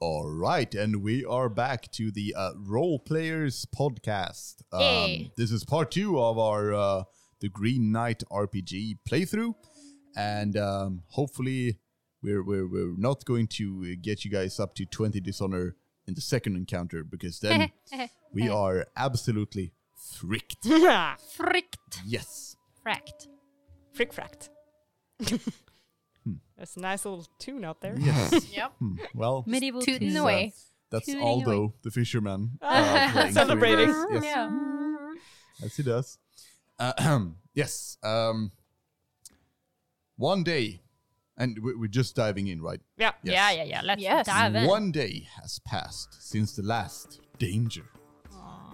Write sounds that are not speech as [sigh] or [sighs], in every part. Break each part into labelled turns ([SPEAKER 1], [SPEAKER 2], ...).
[SPEAKER 1] All right, and we are back to the uh, Role Players podcast. Um,
[SPEAKER 2] Yay.
[SPEAKER 1] This is part two of our uh, the Green Knight RPG playthrough, and um, hopefully we're, we're we're not going to get you guys up to twenty dishonor in the second encounter because
[SPEAKER 2] [laughs]
[SPEAKER 1] then we are absolutely
[SPEAKER 3] [laughs]
[SPEAKER 1] fricked.
[SPEAKER 2] Fricked.
[SPEAKER 1] Yes.
[SPEAKER 2] Fracked.
[SPEAKER 3] Frick fracked.
[SPEAKER 1] [laughs] Hmm.
[SPEAKER 3] That's a nice little tune out there.
[SPEAKER 1] Yes.
[SPEAKER 2] Yep.
[SPEAKER 1] Hmm. Well,
[SPEAKER 4] Medieval
[SPEAKER 2] Tootin'
[SPEAKER 4] tunes.
[SPEAKER 2] away.
[SPEAKER 1] that's
[SPEAKER 4] Tooting
[SPEAKER 1] Aldo,
[SPEAKER 4] away.
[SPEAKER 1] the
[SPEAKER 3] [laughs]
[SPEAKER 1] fisherman, Uh,
[SPEAKER 3] Ah,
[SPEAKER 1] playing
[SPEAKER 3] celebrating.
[SPEAKER 1] through this. Yes. As he does. Ahem. [clears throat] yes. Um, one day, and we- we're just diving in, right?
[SPEAKER 3] Yeah.
[SPEAKER 1] Yes.
[SPEAKER 4] Yeah, yeah, yeah. Let's
[SPEAKER 2] Yes.
[SPEAKER 4] dive in.
[SPEAKER 1] One day has passed since the last danger.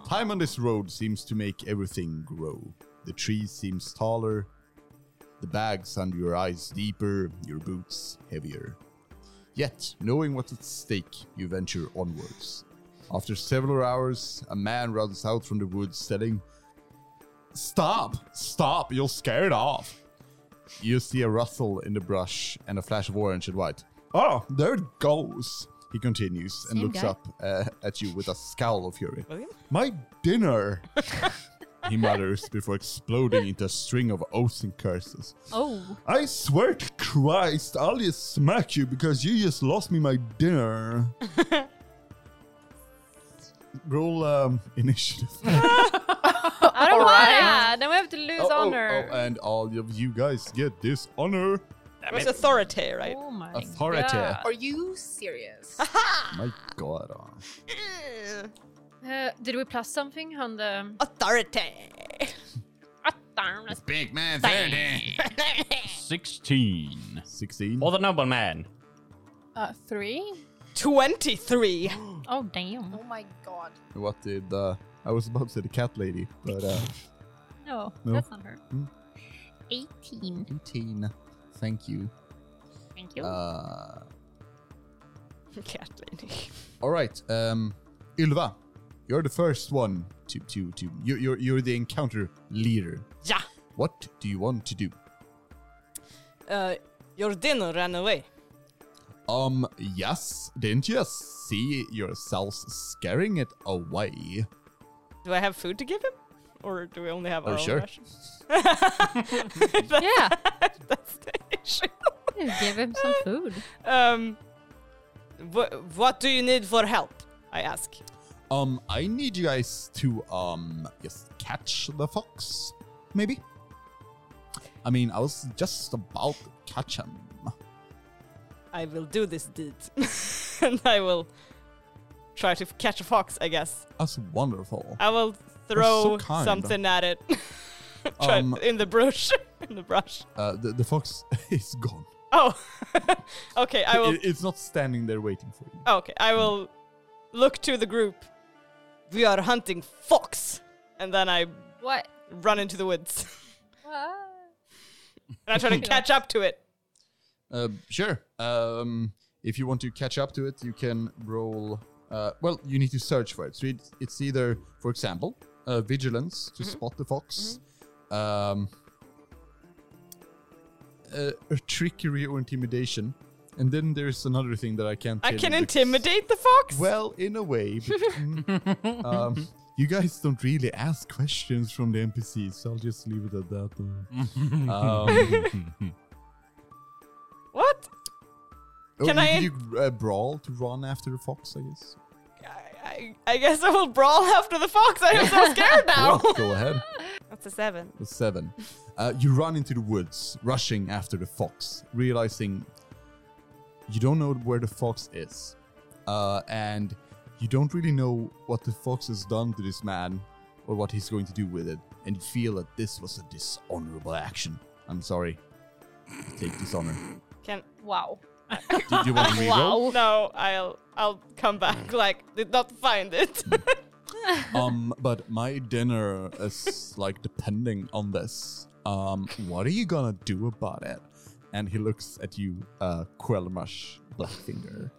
[SPEAKER 1] Time on this road seems to make everything grow. The tree seems taller, the bags under your eyes deeper, your boots heavier. Yet, knowing what's at stake, you venture onwards. After several hours, a man runs out from the woods saying, Stop! Stop! You'll scare it off! You see a rustle in the brush and a flash of orange and white. Oh, there it goes! He continues and
[SPEAKER 2] Same
[SPEAKER 1] looks
[SPEAKER 2] guy.
[SPEAKER 1] up uh, at you with a scowl of fury.
[SPEAKER 3] William?
[SPEAKER 1] My
[SPEAKER 2] [laughs]
[SPEAKER 1] dinner! he mutters before exploding into a string of oaths and curses.
[SPEAKER 2] Oh.
[SPEAKER 1] I swear to Christ, I'll just smack you because you just lost me my [laughs] dinner. Roll um, initiative.
[SPEAKER 2] I don't
[SPEAKER 4] All
[SPEAKER 2] want
[SPEAKER 4] right.
[SPEAKER 2] that. Then we have to lose
[SPEAKER 1] Oh, oh,
[SPEAKER 2] honor.
[SPEAKER 1] oh, and all of you guys get this honor.
[SPEAKER 3] That was authority, right?
[SPEAKER 4] Oh my
[SPEAKER 1] uh, Authority.
[SPEAKER 4] God.
[SPEAKER 2] Are you serious?
[SPEAKER 1] My god. uh,
[SPEAKER 2] uh, did we plus something on the.
[SPEAKER 3] Authority.
[SPEAKER 2] Ah, darn, that's-
[SPEAKER 5] Big man 30. 16.
[SPEAKER 1] 16.
[SPEAKER 5] For the nobleman.
[SPEAKER 4] Uh, three? [laughs]
[SPEAKER 3] 23.
[SPEAKER 4] Oh, damn.
[SPEAKER 2] Oh my god.
[SPEAKER 1] What did uh, I was about to say the cat lady, but uh,
[SPEAKER 4] No,
[SPEAKER 1] No.
[SPEAKER 4] that's not her.
[SPEAKER 1] Hmm.
[SPEAKER 4] 18.
[SPEAKER 1] 18. Thank you.
[SPEAKER 4] Thank you.
[SPEAKER 1] Uh,
[SPEAKER 3] Cat lady.
[SPEAKER 1] all right. Um, Ylva, you're the first one to to to. You, you're you're the encounter leader.
[SPEAKER 3] Yeah.
[SPEAKER 1] What do you want to do?
[SPEAKER 3] Uh, your dinner ran away.
[SPEAKER 1] Um, yes, didn't you see yourselves scaring it away?
[SPEAKER 3] Do I have food to give him? Or do we only have
[SPEAKER 1] Oh,
[SPEAKER 3] our
[SPEAKER 1] sure.
[SPEAKER 3] own rations? That-
[SPEAKER 4] yeah,
[SPEAKER 3] That's the issue.
[SPEAKER 4] [laughs] just give him some food.
[SPEAKER 3] [laughs] Um, wh- what do you need for help? I ask.
[SPEAKER 1] Um, I need you guys to, um, just catch the fox, maybe? I mean, I was just about to catch him.
[SPEAKER 3] I will do this deed. [laughs] and I will try to f- catch a fox, I guess.
[SPEAKER 1] That's wonderful.
[SPEAKER 3] I will
[SPEAKER 1] so
[SPEAKER 3] throw
[SPEAKER 1] kind.
[SPEAKER 3] something at it. [laughs] Try-
[SPEAKER 1] Um,
[SPEAKER 3] in the brush. [laughs] in the brush.
[SPEAKER 1] Uh, the, the fox [laughs] is gone.
[SPEAKER 3] Oh. [laughs] okay, I will oh,
[SPEAKER 1] It- it's not standing there waiting for you.
[SPEAKER 3] Okay, I will look to the group. We are hunting fox. And then I
[SPEAKER 2] What?
[SPEAKER 3] run into the woods. [laughs]
[SPEAKER 2] What?
[SPEAKER 3] and I try
[SPEAKER 1] [laughs]
[SPEAKER 3] to catch up to it.
[SPEAKER 1] Uh, sure. Um, if you want to catch up to it, you can roll. Uh, well, you need to search for it. So it's, it's either, for example, uh, vigilance
[SPEAKER 3] Mm-hmm.
[SPEAKER 1] to spot the fox, um, uh, a trickery or intimidation, and then there's another thing that I can't.
[SPEAKER 3] I
[SPEAKER 1] tell
[SPEAKER 3] can
[SPEAKER 1] you because-
[SPEAKER 3] intimidate the fox.
[SPEAKER 1] Well, in a way.
[SPEAKER 3] [laughs]
[SPEAKER 1] But, mm, um, you guys don't really ask questions from the NPCs, so I'll just leave it at that. uh. um,
[SPEAKER 3] what?
[SPEAKER 1] oh,
[SPEAKER 3] Can
[SPEAKER 1] you-
[SPEAKER 3] I
[SPEAKER 1] did
[SPEAKER 3] in-
[SPEAKER 1] you uh, brawl to run after the fox? I guess.
[SPEAKER 3] I, I, I guess I will brawl [laughs] after the fox. I am so scared now.
[SPEAKER 1] Well, go ahead.
[SPEAKER 3] [laughs] That's a seven.
[SPEAKER 1] That's seven. Uh, you run into the woods, rushing after the fox, realizing you don't know where the fox is. Uh, and you don't really know what the fox has done to this man or what he's going to do with it. And you feel that this was a dishonorable action. I'm sorry. Take dishonor.
[SPEAKER 3] Can
[SPEAKER 2] Wow.
[SPEAKER 1] Do you want to
[SPEAKER 4] Wow.
[SPEAKER 1] reroll?
[SPEAKER 3] no, I'll I'll come back. [laughs] Like did not find it. [laughs]
[SPEAKER 1] Um, but my dinner is like depending on this. Um, what are you gonna do about it? And he looks at you, uh, Quelmash Blackfinger.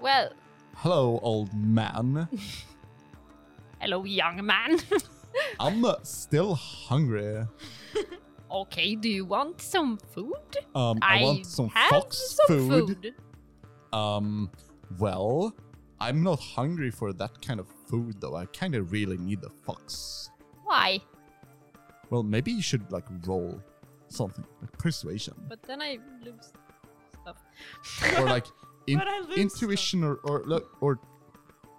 [SPEAKER 2] Well,
[SPEAKER 1] Hello, old man.
[SPEAKER 4] Hello, young man. [laughs]
[SPEAKER 1] I'm uh, still hungry.
[SPEAKER 4] okay, do you want some food?
[SPEAKER 1] Um, I, want some
[SPEAKER 4] have
[SPEAKER 1] fox
[SPEAKER 4] some
[SPEAKER 1] food. Um, Well, I'm not hungry for that kind of food though. I kind of really need the fox.
[SPEAKER 6] Why?
[SPEAKER 1] Well, maybe you should like roll something like persuasion
[SPEAKER 2] But then I lose stuff.
[SPEAKER 1] or
[SPEAKER 2] [laughs]
[SPEAKER 1] like in-
[SPEAKER 3] But I lose
[SPEAKER 1] intuition or or look or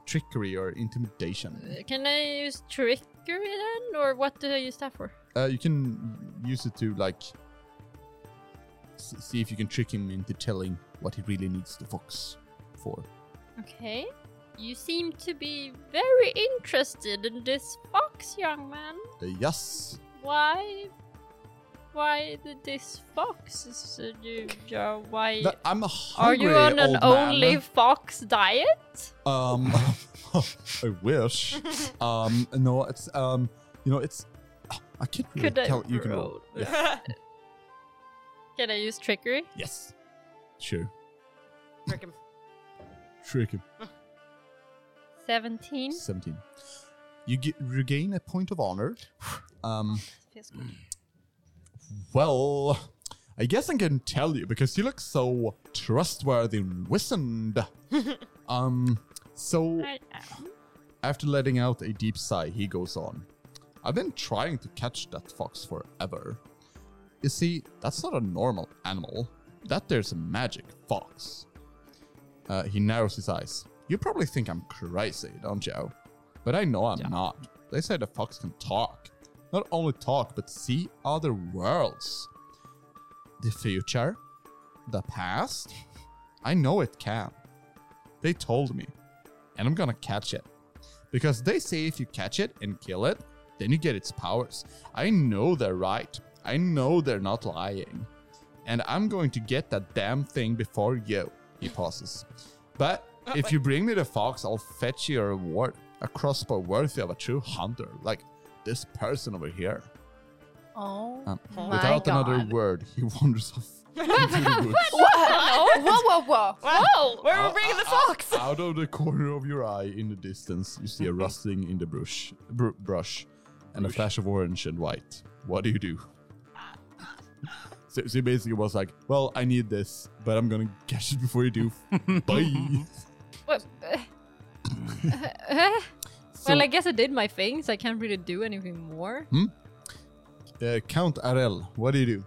[SPEAKER 1] trickery or intimidation.
[SPEAKER 2] Uh, Can I use trickery then? Or what do I use that for?
[SPEAKER 1] Uh, you can use it to like s- see if you can trick him into telling what he really needs the fox for.
[SPEAKER 2] Okay. You seem to be very interested in this fox, young man.
[SPEAKER 1] Uh, yes,
[SPEAKER 2] Why? Why did this fox? Is, uh, you, uh, why?
[SPEAKER 1] That- I'm a
[SPEAKER 2] Are
[SPEAKER 1] hungry
[SPEAKER 2] you on an
[SPEAKER 1] old man.
[SPEAKER 2] only fox diet?
[SPEAKER 1] Um, [laughs] I
[SPEAKER 2] [laughs]
[SPEAKER 1] wish. um, no, it's um, you know, it's. I can't really
[SPEAKER 2] Could I
[SPEAKER 1] tell. You can roll.
[SPEAKER 2] roll? Can I use trickery?
[SPEAKER 1] Yes. Sure.
[SPEAKER 3] Frick him.
[SPEAKER 1] Trick him.
[SPEAKER 2] 17.
[SPEAKER 1] Seventeen. You ge- regain a point of
[SPEAKER 2] [sighs]
[SPEAKER 1] honor. Um.
[SPEAKER 2] Feels good.
[SPEAKER 1] Well, I guess I can tell you because you look so trustworthy and
[SPEAKER 2] [laughs]
[SPEAKER 1] wizened. um. So.
[SPEAKER 2] I am.
[SPEAKER 1] After letting out a deep sigh, he goes on. I've been trying to catch that fox forever. You see, that's not a normal animal. That there's a magic fox. Uh, he narrows his eyes. You probably think I'm crazy, don't you? But I know I'm not. They say the fox can talk. Not only talk, but see other worlds. The future? The past? [laughs] I know it can. They told me. And I'm gonna catch it because they say if you catch it and kill it, then you get its powers. I know they're right. I know they're not lying. And I'm going to get that damn thing before you. He pauses. But
[SPEAKER 6] Uh,
[SPEAKER 1] if you bring me the fox, I'll fetch you a reward, a crossbow worthy of a true hunter, like this person over here.
[SPEAKER 6] Oh.
[SPEAKER 1] Um,
[SPEAKER 6] My
[SPEAKER 1] without another
[SPEAKER 6] God.
[SPEAKER 1] word, he [laughs] wanders off into
[SPEAKER 6] [laughs]
[SPEAKER 1] the woods.
[SPEAKER 7] Uh,
[SPEAKER 6] Hello? whoa, whoa, whoa.
[SPEAKER 3] Whoa! Where are
[SPEAKER 1] Out-
[SPEAKER 3] we bringing the
[SPEAKER 1] out-
[SPEAKER 3] fox?
[SPEAKER 1] Out of the corner of your eye, in the distance, you
[SPEAKER 3] [laughs]
[SPEAKER 1] see a rustling in the brush, br- brush, and a flash of orange and white. What do you
[SPEAKER 3] [laughs]
[SPEAKER 1] do? So, so he basically was like, "Well, I need this, but I'm gonna catch it before you
[SPEAKER 3] [laughs]
[SPEAKER 1] do." Bye.
[SPEAKER 2] What?
[SPEAKER 1] So,
[SPEAKER 2] well, I guess I did my things. I can't really do anything more.
[SPEAKER 1] uh, Count Arel, what do you do?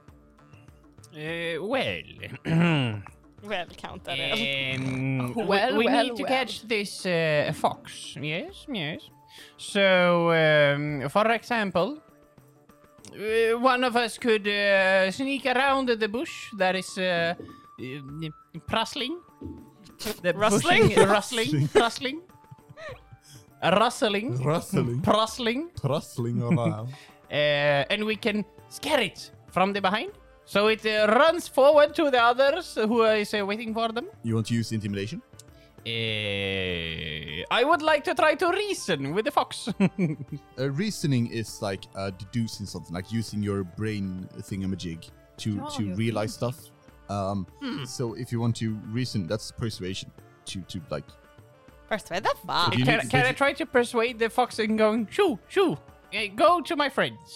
[SPEAKER 8] Uh, well. [clears throat]
[SPEAKER 3] Well, count that in.
[SPEAKER 8] Um, we-
[SPEAKER 2] Well,
[SPEAKER 8] we
[SPEAKER 2] well,
[SPEAKER 8] need to
[SPEAKER 2] well.
[SPEAKER 8] catch this uh, fox. Yes, yes. So, um, for example, uh, one of us could uh, sneak around the bush that is uh, uh, rustling. The
[SPEAKER 3] Rustling?
[SPEAKER 8] pushing-
[SPEAKER 1] [laughs]
[SPEAKER 8] rustling, rustling, rustling,
[SPEAKER 1] Rustling,
[SPEAKER 8] rustling,
[SPEAKER 1] [laughs] rustling
[SPEAKER 3] [laughs]
[SPEAKER 1] around.
[SPEAKER 8] uh, and we can scare it from the behind. So it uh, runs forward to the others who is uh, waiting for them.
[SPEAKER 1] You want to use intimidation?
[SPEAKER 8] Eh, I would like to try to reason with the fox. [laughs]
[SPEAKER 1] Uh, reasoning is like uh, deducing something, like using your brain thingamajig to
[SPEAKER 2] Oh,
[SPEAKER 1] to
[SPEAKER 2] your
[SPEAKER 1] realize stuff. Um,
[SPEAKER 8] Hmm.
[SPEAKER 1] So if you want to reason, that's persuasion. To to like,
[SPEAKER 3] First, where the fuck?
[SPEAKER 1] Do you
[SPEAKER 8] can
[SPEAKER 1] need-
[SPEAKER 8] can
[SPEAKER 1] did
[SPEAKER 8] I
[SPEAKER 1] you-
[SPEAKER 8] try to persuade the fox in going, shoo, shoo, eh, go to my friends?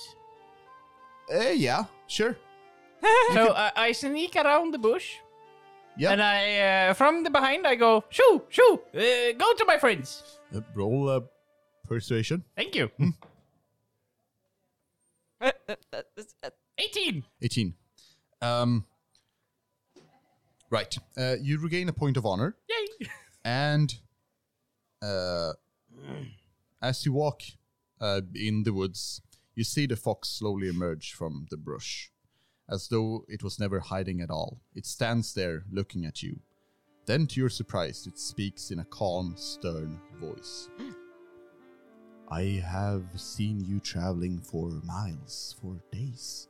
[SPEAKER 1] eh, yeah, sure,
[SPEAKER 8] so I I sneak around the bush,
[SPEAKER 1] yeah.
[SPEAKER 8] and I uh, from the behind I go, shoo, shoo, uh, go to my friends.
[SPEAKER 1] Uh, roll uh, persuasion.
[SPEAKER 8] Thank you. [laughs]
[SPEAKER 3] Uh, uh, uh, uh,
[SPEAKER 8] 18.
[SPEAKER 1] Eighteen. Um, right. Uh, you regain a point of honor,
[SPEAKER 8] Yay.
[SPEAKER 1] and uh, as you walk uh, in the woods, you see the fox slowly emerge from the brush, as though it was never hiding at all. It stands there looking at you. Then, to your surprise, it speaks in a calm, stern voice. I have seen you traveling for miles, for days.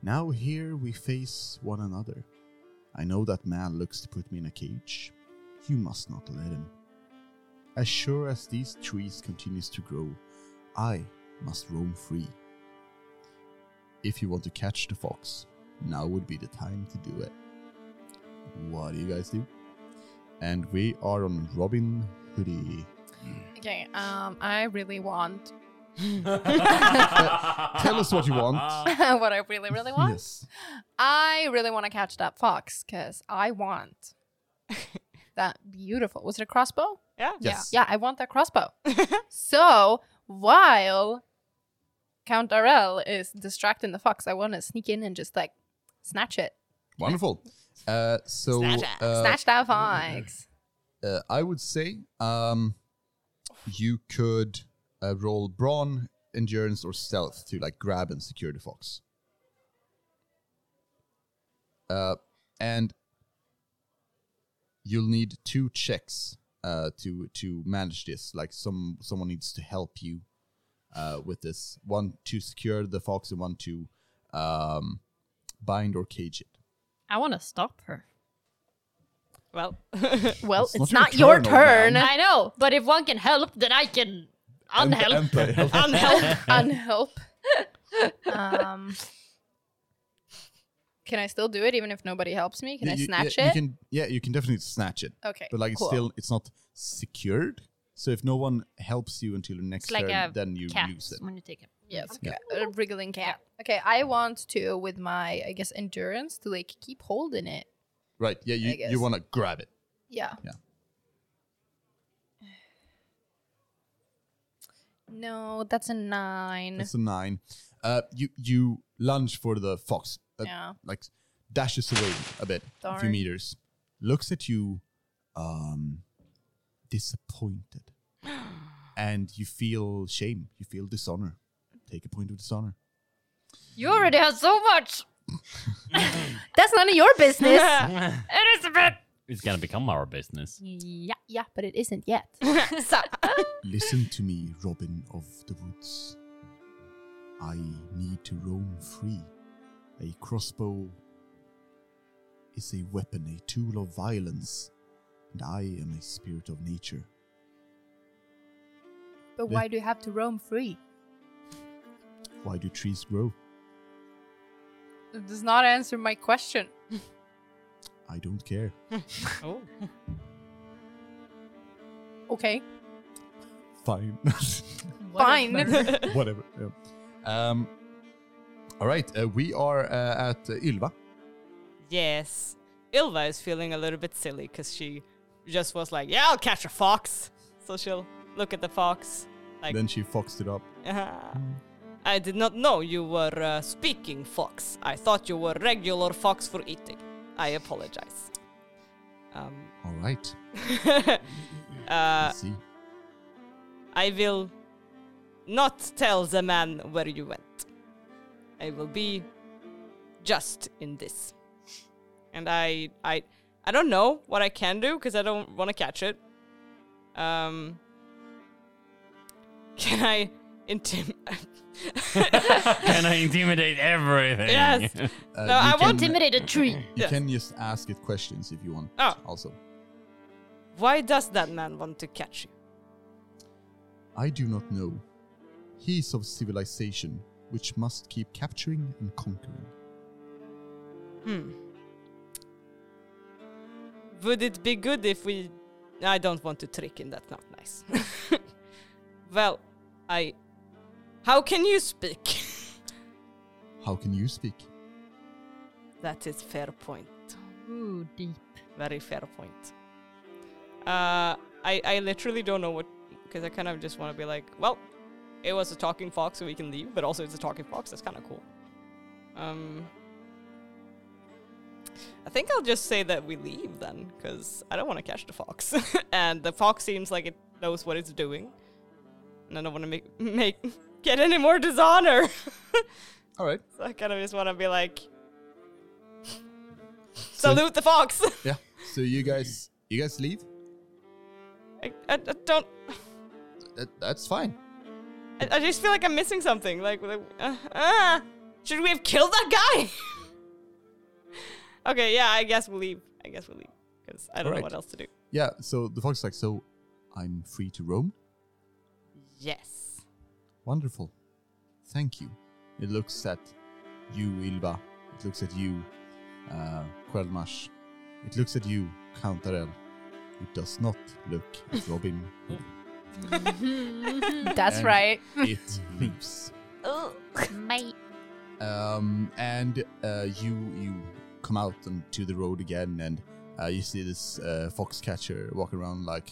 [SPEAKER 1] Now here we face one another. I know that man looks to put me in a cage. You must not let him. As sure as these trees continues to grow, I must roam free. If you want to catch the fox, now would be the time to do it. What do you guys do? And we are on Robin Hoodie.
[SPEAKER 7] Okay, um, I really want [laughs]
[SPEAKER 1] Tell us what you want.
[SPEAKER 7] what I really, really want.
[SPEAKER 1] Yes.
[SPEAKER 7] I really want to catch that fox because I want that beautiful. Was it a crossbow?
[SPEAKER 3] Yeah.
[SPEAKER 1] Yes.
[SPEAKER 7] Yeah, I want that crossbow. so while Count Darrell is distracting the fox, I want to sneak in and just like snatch it,
[SPEAKER 1] Wonderful. Uh, so
[SPEAKER 3] Snatch it.
[SPEAKER 1] uh,
[SPEAKER 7] snatch that fox.
[SPEAKER 1] uh, I would say um, you could uh, roll brawn, endurance, or stealth to like grab and secure the fox. Uh, and you'll need two checks uh, to to manage this. Like some someone needs to help you uh, with this. One to secure the fox, and one to um, bind or cage it.
[SPEAKER 2] I want to stop her.
[SPEAKER 3] [laughs] Well, [laughs]
[SPEAKER 7] Well,
[SPEAKER 1] It's not
[SPEAKER 7] it's, not
[SPEAKER 1] your
[SPEAKER 7] your,
[SPEAKER 1] turn,
[SPEAKER 7] turn.
[SPEAKER 2] I know, but if one can help, then I can unhelp.
[SPEAKER 7] Unhelp.
[SPEAKER 1] [laughs]
[SPEAKER 7] Unhelp. um, can I still do it even if nobody helps me? Can I
[SPEAKER 1] You- you- [laughs]
[SPEAKER 7] snatch
[SPEAKER 1] yeah,
[SPEAKER 7] it?
[SPEAKER 1] You can, yeah, you can definitely snatch it.
[SPEAKER 7] okay.
[SPEAKER 1] but like
[SPEAKER 7] cool.
[SPEAKER 1] it's still it's not secured. So if no one helps you until the next
[SPEAKER 2] It's like
[SPEAKER 1] turn,
[SPEAKER 2] a
[SPEAKER 1] then you
[SPEAKER 2] Cat,
[SPEAKER 1] lose it.
[SPEAKER 2] when you take him.
[SPEAKER 7] Yes,
[SPEAKER 1] Yeah.
[SPEAKER 7] a wriggling cat. Okay, I want to, with my, I guess, endurance, to like keep holding it.
[SPEAKER 1] Right? Yeah, you,
[SPEAKER 7] guess.
[SPEAKER 1] you want to grab it.
[SPEAKER 7] Yeah.
[SPEAKER 1] Yeah.
[SPEAKER 7] [sighs] No, that's a nine.
[SPEAKER 1] That's a nine. Uh, you you lunge for the fox. Uh,
[SPEAKER 7] yeah.
[SPEAKER 1] Like dashes away a bit, a few
[SPEAKER 7] Darn.
[SPEAKER 1] meters. Looks at you, um, disappointed, and you feel shame. You feel dishonor. Take a point of dishonor.
[SPEAKER 2] You already have so [laughs] much.
[SPEAKER 7] That's none of your business.
[SPEAKER 2] It is a [laughs] bit.
[SPEAKER 8] [laughs] It's gonna become our business.
[SPEAKER 2] Yeah.
[SPEAKER 7] [laughs] yeah, but it isn't
[SPEAKER 1] [laughs]
[SPEAKER 7] yet.
[SPEAKER 2] [laughs] So,
[SPEAKER 1] Listen to me, Robin of the Woods. I need to roam free. A crossbow is a weapon, a tool of violence, and I am a spirit of nature.
[SPEAKER 7] But
[SPEAKER 1] Yeah.
[SPEAKER 7] why do you have to roam free?
[SPEAKER 1] Why do trees grow?
[SPEAKER 7] It does not answer my question.
[SPEAKER 1] I don't care.
[SPEAKER 3] oh.
[SPEAKER 7] Okay.
[SPEAKER 1] Fine. [laughs]
[SPEAKER 2] [laughs]
[SPEAKER 7] Fine.
[SPEAKER 1] Whatever. yeah. Um, all right, uh, we are uh, at uh, Ylva.
[SPEAKER 3] [laughs] yes. Ilva is feeling a little bit silly because she just was like, "Yeah, I'll catch a fox." So she'll look at the fox. Like,
[SPEAKER 1] Then she foxed it up.
[SPEAKER 3] I did not know you were uh, speaking fox. I thought you were regular fox for eating. I apologize. Um,
[SPEAKER 1] All
[SPEAKER 3] [laughs]
[SPEAKER 1] right.
[SPEAKER 3] uh,
[SPEAKER 1] Let's see.
[SPEAKER 3] I will not tell the man where you went. I will be just in this. And I I I don't know what I can do because I don't want to catch it. Um [laughs] Can I intim [laughs]
[SPEAKER 8] Can I [laughs] intimidate everything?
[SPEAKER 3] Yes.
[SPEAKER 1] Uh,
[SPEAKER 3] No, I
[SPEAKER 1] you
[SPEAKER 3] want
[SPEAKER 1] can-
[SPEAKER 2] intimidate a tree.
[SPEAKER 1] You
[SPEAKER 3] Yes.
[SPEAKER 1] can just ask it questions if you want.
[SPEAKER 3] Oh.
[SPEAKER 1] Also,
[SPEAKER 3] Why does that man want to catch you?
[SPEAKER 1] I do not know. He is of civilization, which must keep capturing and conquering.
[SPEAKER 3] Hmm. Would it be good if we. I don't want to trick him, that's not nice. [laughs] well, I. How can you speak? [laughs]
[SPEAKER 1] How can you speak?
[SPEAKER 3] that is fair point.
[SPEAKER 2] Ooh, deep.
[SPEAKER 3] Very fair point. Uh, I, I literally don't know what. Because I kind of just want to be like, well, it was a talking fox, so we can leave, but also it's a talking fox, that's kind of cool. Um. I think I'll just say that we leave then, because I don't want to catch the fox. [laughs] and the fox seems like it knows what it's doing. And I don't want to make, [laughs] make get any more dishonor. [laughs]
[SPEAKER 1] All right.
[SPEAKER 3] so I kind of just want to be like, salute the fox! [laughs]
[SPEAKER 1] Yeah. So you guys, you guys leave.
[SPEAKER 3] I, I, I don't.
[SPEAKER 1] That, that's fine.
[SPEAKER 3] I, I just feel like I'm missing something. Like, like, uh, ah, should we have killed that guy? [laughs] okay, yeah, I guess we'll leave. I guess we'll leave because I don't
[SPEAKER 1] Alright.
[SPEAKER 3] know what else to do.
[SPEAKER 1] Yeah. So the fox is like, so I'm free to roam.
[SPEAKER 3] Yes.
[SPEAKER 1] Wonderful. Thank you. It looks at you, Ilva. It looks at you, uh, Quelmash. It looks at you, Counterel. It does not look at Robin.
[SPEAKER 7] That's
[SPEAKER 1] And
[SPEAKER 7] right.
[SPEAKER 1] it leaves.
[SPEAKER 3] Oh.
[SPEAKER 2] Mate.
[SPEAKER 1] Um, and uh, you you come out onto the road again, and Uh, you see this uh, fox catcher walk around like,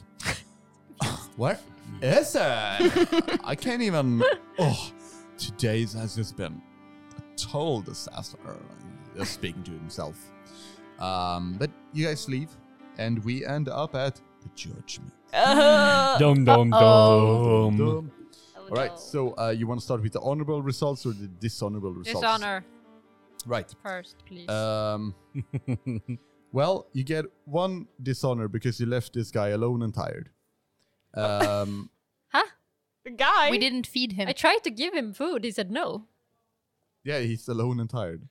[SPEAKER 1] [laughs] where is it? I can't even. Oh, today's has just been a total disaster. Uh, Speaking to himself. Um, but you guys leave, and we end up at the judgment.
[SPEAKER 8] Dum dum
[SPEAKER 7] Uh-oh.
[SPEAKER 8] dum.
[SPEAKER 2] Oh,
[SPEAKER 1] All right,
[SPEAKER 2] no.
[SPEAKER 1] so uh, you want to start with the honorable results or the dishonorable results?
[SPEAKER 2] Dishonor
[SPEAKER 1] Right.
[SPEAKER 2] first, please.
[SPEAKER 1] Um, [laughs] well, you get one dishonor because you left this guy alone and tired. Um,
[SPEAKER 3] The guy.
[SPEAKER 7] We didn't feed him.
[SPEAKER 2] I tried to give him food. He said no.
[SPEAKER 1] [laughs] yeah, he's alone and tired.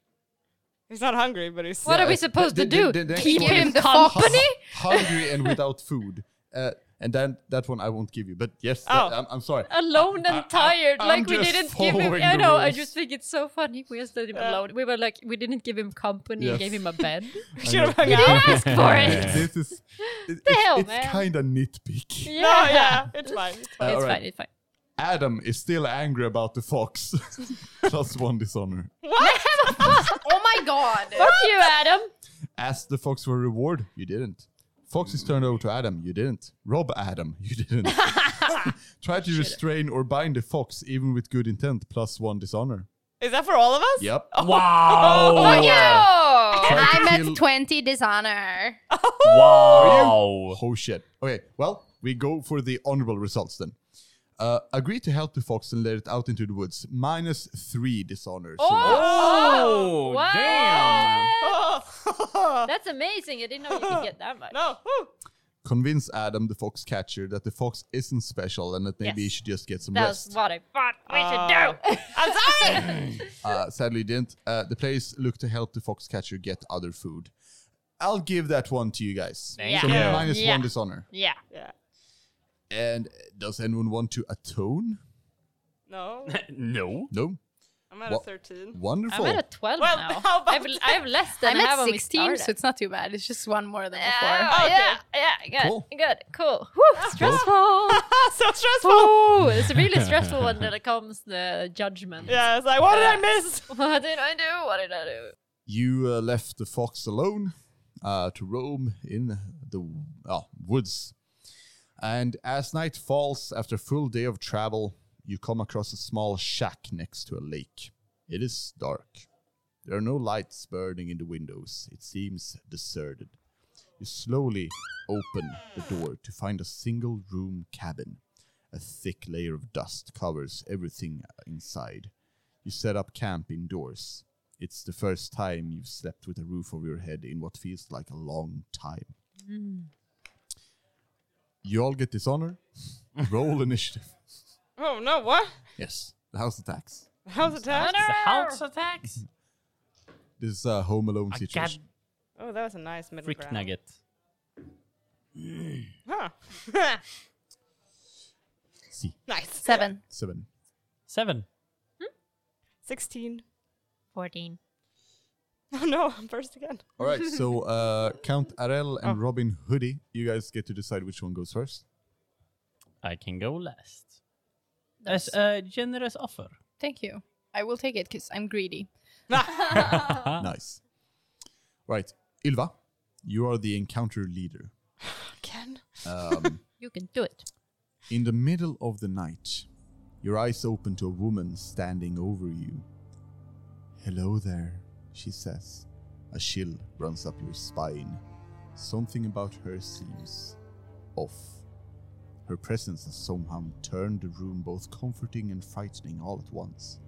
[SPEAKER 3] He's not hungry, but [laughs] he's.
[SPEAKER 2] What
[SPEAKER 1] Yeah,
[SPEAKER 2] are we
[SPEAKER 1] uh,
[SPEAKER 2] supposed
[SPEAKER 1] the-
[SPEAKER 2] to
[SPEAKER 1] the-
[SPEAKER 2] do?
[SPEAKER 1] the- the next
[SPEAKER 2] Keep
[SPEAKER 1] one
[SPEAKER 2] him
[SPEAKER 1] is-
[SPEAKER 7] the fox.
[SPEAKER 2] company?
[SPEAKER 1] Hungry and without food. Uh, and then that one I won't give you. But yes, that-
[SPEAKER 3] Oh.
[SPEAKER 1] I'm, I'm
[SPEAKER 2] [laughs]
[SPEAKER 1] sorry.
[SPEAKER 2] [laughs] Alone and
[SPEAKER 1] I- I-
[SPEAKER 2] tired,
[SPEAKER 1] I'm
[SPEAKER 2] like we
[SPEAKER 1] just
[SPEAKER 2] didn't give him.
[SPEAKER 1] following
[SPEAKER 2] I
[SPEAKER 1] the
[SPEAKER 2] know. I
[SPEAKER 1] rules. Uh,
[SPEAKER 2] just think it's so funny. We just let him
[SPEAKER 3] Yeah.
[SPEAKER 2] alone. We were like, we didn't give him company.
[SPEAKER 1] Yes.
[SPEAKER 2] Gave him a
[SPEAKER 1] [laughs]
[SPEAKER 2] bed.
[SPEAKER 3] We should have
[SPEAKER 1] I
[SPEAKER 3] hung
[SPEAKER 2] You
[SPEAKER 3] out.
[SPEAKER 2] ask for it.
[SPEAKER 1] [laughs] this is it,
[SPEAKER 2] The
[SPEAKER 1] it's,
[SPEAKER 2] hell,
[SPEAKER 1] it's
[SPEAKER 2] man.
[SPEAKER 1] kind of nitpicky.
[SPEAKER 2] Yeah.
[SPEAKER 3] No, Oh, yeah, it's fine. It's
[SPEAKER 1] Uh,
[SPEAKER 2] [laughs] It's
[SPEAKER 1] all right.
[SPEAKER 2] fine. It's fine.
[SPEAKER 1] Adam is still angry about the fox. [laughs] Plus one dishonor.
[SPEAKER 7] oh my god.
[SPEAKER 2] Fuck you, Adam.
[SPEAKER 1] [laughs] Ask the fox for a reward. You didn't. Fox is turned over to Adam. You didn't. Rob Adam. [laughs] You
[SPEAKER 7] [laughs]
[SPEAKER 1] didn't. Try to restrain or bind the fox, even with good intent. Plus one dishonor.
[SPEAKER 3] Is that for all of us?
[SPEAKER 1] Yep.
[SPEAKER 8] Wow.
[SPEAKER 2] [laughs]
[SPEAKER 1] Try to
[SPEAKER 7] Oh, I'm
[SPEAKER 1] kill-
[SPEAKER 7] at 20 dishonor.
[SPEAKER 8] Wow.
[SPEAKER 1] Oh shit. Okay. Well, we go for the honorable results then. Uh, agree to help the fox and let it out into the woods. Minus three dishonors.
[SPEAKER 8] Oh,
[SPEAKER 2] Oh, What?
[SPEAKER 8] damn.
[SPEAKER 3] Oh. [laughs]
[SPEAKER 2] That's amazing. I didn't know you could get that much.
[SPEAKER 3] no. Woo.
[SPEAKER 1] Convince Adam, the fox catcher, that the fox isn't special and that maybe
[SPEAKER 2] Yes.
[SPEAKER 1] he should just get some
[SPEAKER 2] That's
[SPEAKER 1] rest.
[SPEAKER 2] what I thought we
[SPEAKER 3] [laughs] Ah.
[SPEAKER 2] should do.
[SPEAKER 3] I'm sorry. [laughs]
[SPEAKER 1] Uh, sadly, didn't. Uh, the players look to help the fox catcher get other food. I'll give that one to you guys.
[SPEAKER 2] Thank
[SPEAKER 1] so
[SPEAKER 2] you.
[SPEAKER 1] minus
[SPEAKER 2] Yeah.
[SPEAKER 1] one dishonor.
[SPEAKER 2] yeah.
[SPEAKER 3] yeah.
[SPEAKER 1] And does anyone want to atone?
[SPEAKER 3] No.
[SPEAKER 8] [laughs] No.
[SPEAKER 1] No.
[SPEAKER 3] I'm at a
[SPEAKER 1] What?
[SPEAKER 3] 13.
[SPEAKER 1] Wonderful.
[SPEAKER 2] I'm at a 12
[SPEAKER 3] Well,
[SPEAKER 2] now.
[SPEAKER 3] [laughs] how about
[SPEAKER 2] I, have, I have less than
[SPEAKER 7] I'm
[SPEAKER 2] I have
[SPEAKER 7] at
[SPEAKER 2] when we
[SPEAKER 7] 16, so
[SPEAKER 2] started.
[SPEAKER 7] it's not too bad. It's just one more than before.
[SPEAKER 2] Oh, Yeah,
[SPEAKER 3] Okay.
[SPEAKER 2] yeah, yeah, good,
[SPEAKER 1] Cool.
[SPEAKER 2] good, cool. Whew,
[SPEAKER 3] [laughs]
[SPEAKER 2] stressful.
[SPEAKER 3] [laughs] so stressful.
[SPEAKER 2] Ooh, it's really stressful when there comes the judgment.
[SPEAKER 3] Yeah, it's like, what did I miss?
[SPEAKER 2] [laughs] What did I do? What did I do?
[SPEAKER 1] You uh, left the fox alone uh, to roam in the uh, woods. And as night falls, after a full day of travel, you come across a small shack next to a lake. It is dark. There are no lights burning in the windows. It seems deserted. You slowly open the door to find a single room cabin. A thick layer of dust covers everything inside. You set up camp indoors. It's the first time you've slept with a roof over your head in what feels like a long time. You all get dishonor. [laughs] Roll initiative.
[SPEAKER 3] Oh, no, what?
[SPEAKER 1] Yes. The house attacks.
[SPEAKER 3] How's the time?
[SPEAKER 8] The house attacks?
[SPEAKER 1] This is a home alone
[SPEAKER 8] I got
[SPEAKER 1] situation.
[SPEAKER 3] Oh, that was a nice middle
[SPEAKER 8] freak
[SPEAKER 3] ground.
[SPEAKER 8] nugget.
[SPEAKER 3] Huh. [laughs]
[SPEAKER 1] See.
[SPEAKER 3] nice.
[SPEAKER 7] Seven.
[SPEAKER 1] Seven.
[SPEAKER 8] Seven.
[SPEAKER 3] 16.
[SPEAKER 2] 14.
[SPEAKER 3] [laughs] Oh, no, I'm first again.
[SPEAKER 1] All right. So uh, Count Arel and
[SPEAKER 3] Oh.
[SPEAKER 1] Robin Hoodie, you guys get to decide which one goes first.
[SPEAKER 8] I can go last. As a generous offer.
[SPEAKER 7] Thank you. I will take it because I'm greedy.
[SPEAKER 1] Nice. Right. Ylva, you are the encounter leader.
[SPEAKER 3] Again?
[SPEAKER 1] Um,
[SPEAKER 2] You can do
[SPEAKER 3] [laughs]
[SPEAKER 2] it.
[SPEAKER 1] In the middle of the night, your eyes open to a woman standing over you. Hello there, she says. A chill runs up your spine. Something about her seems off. Her presence has somehow turned the room both comforting and frightening all at once.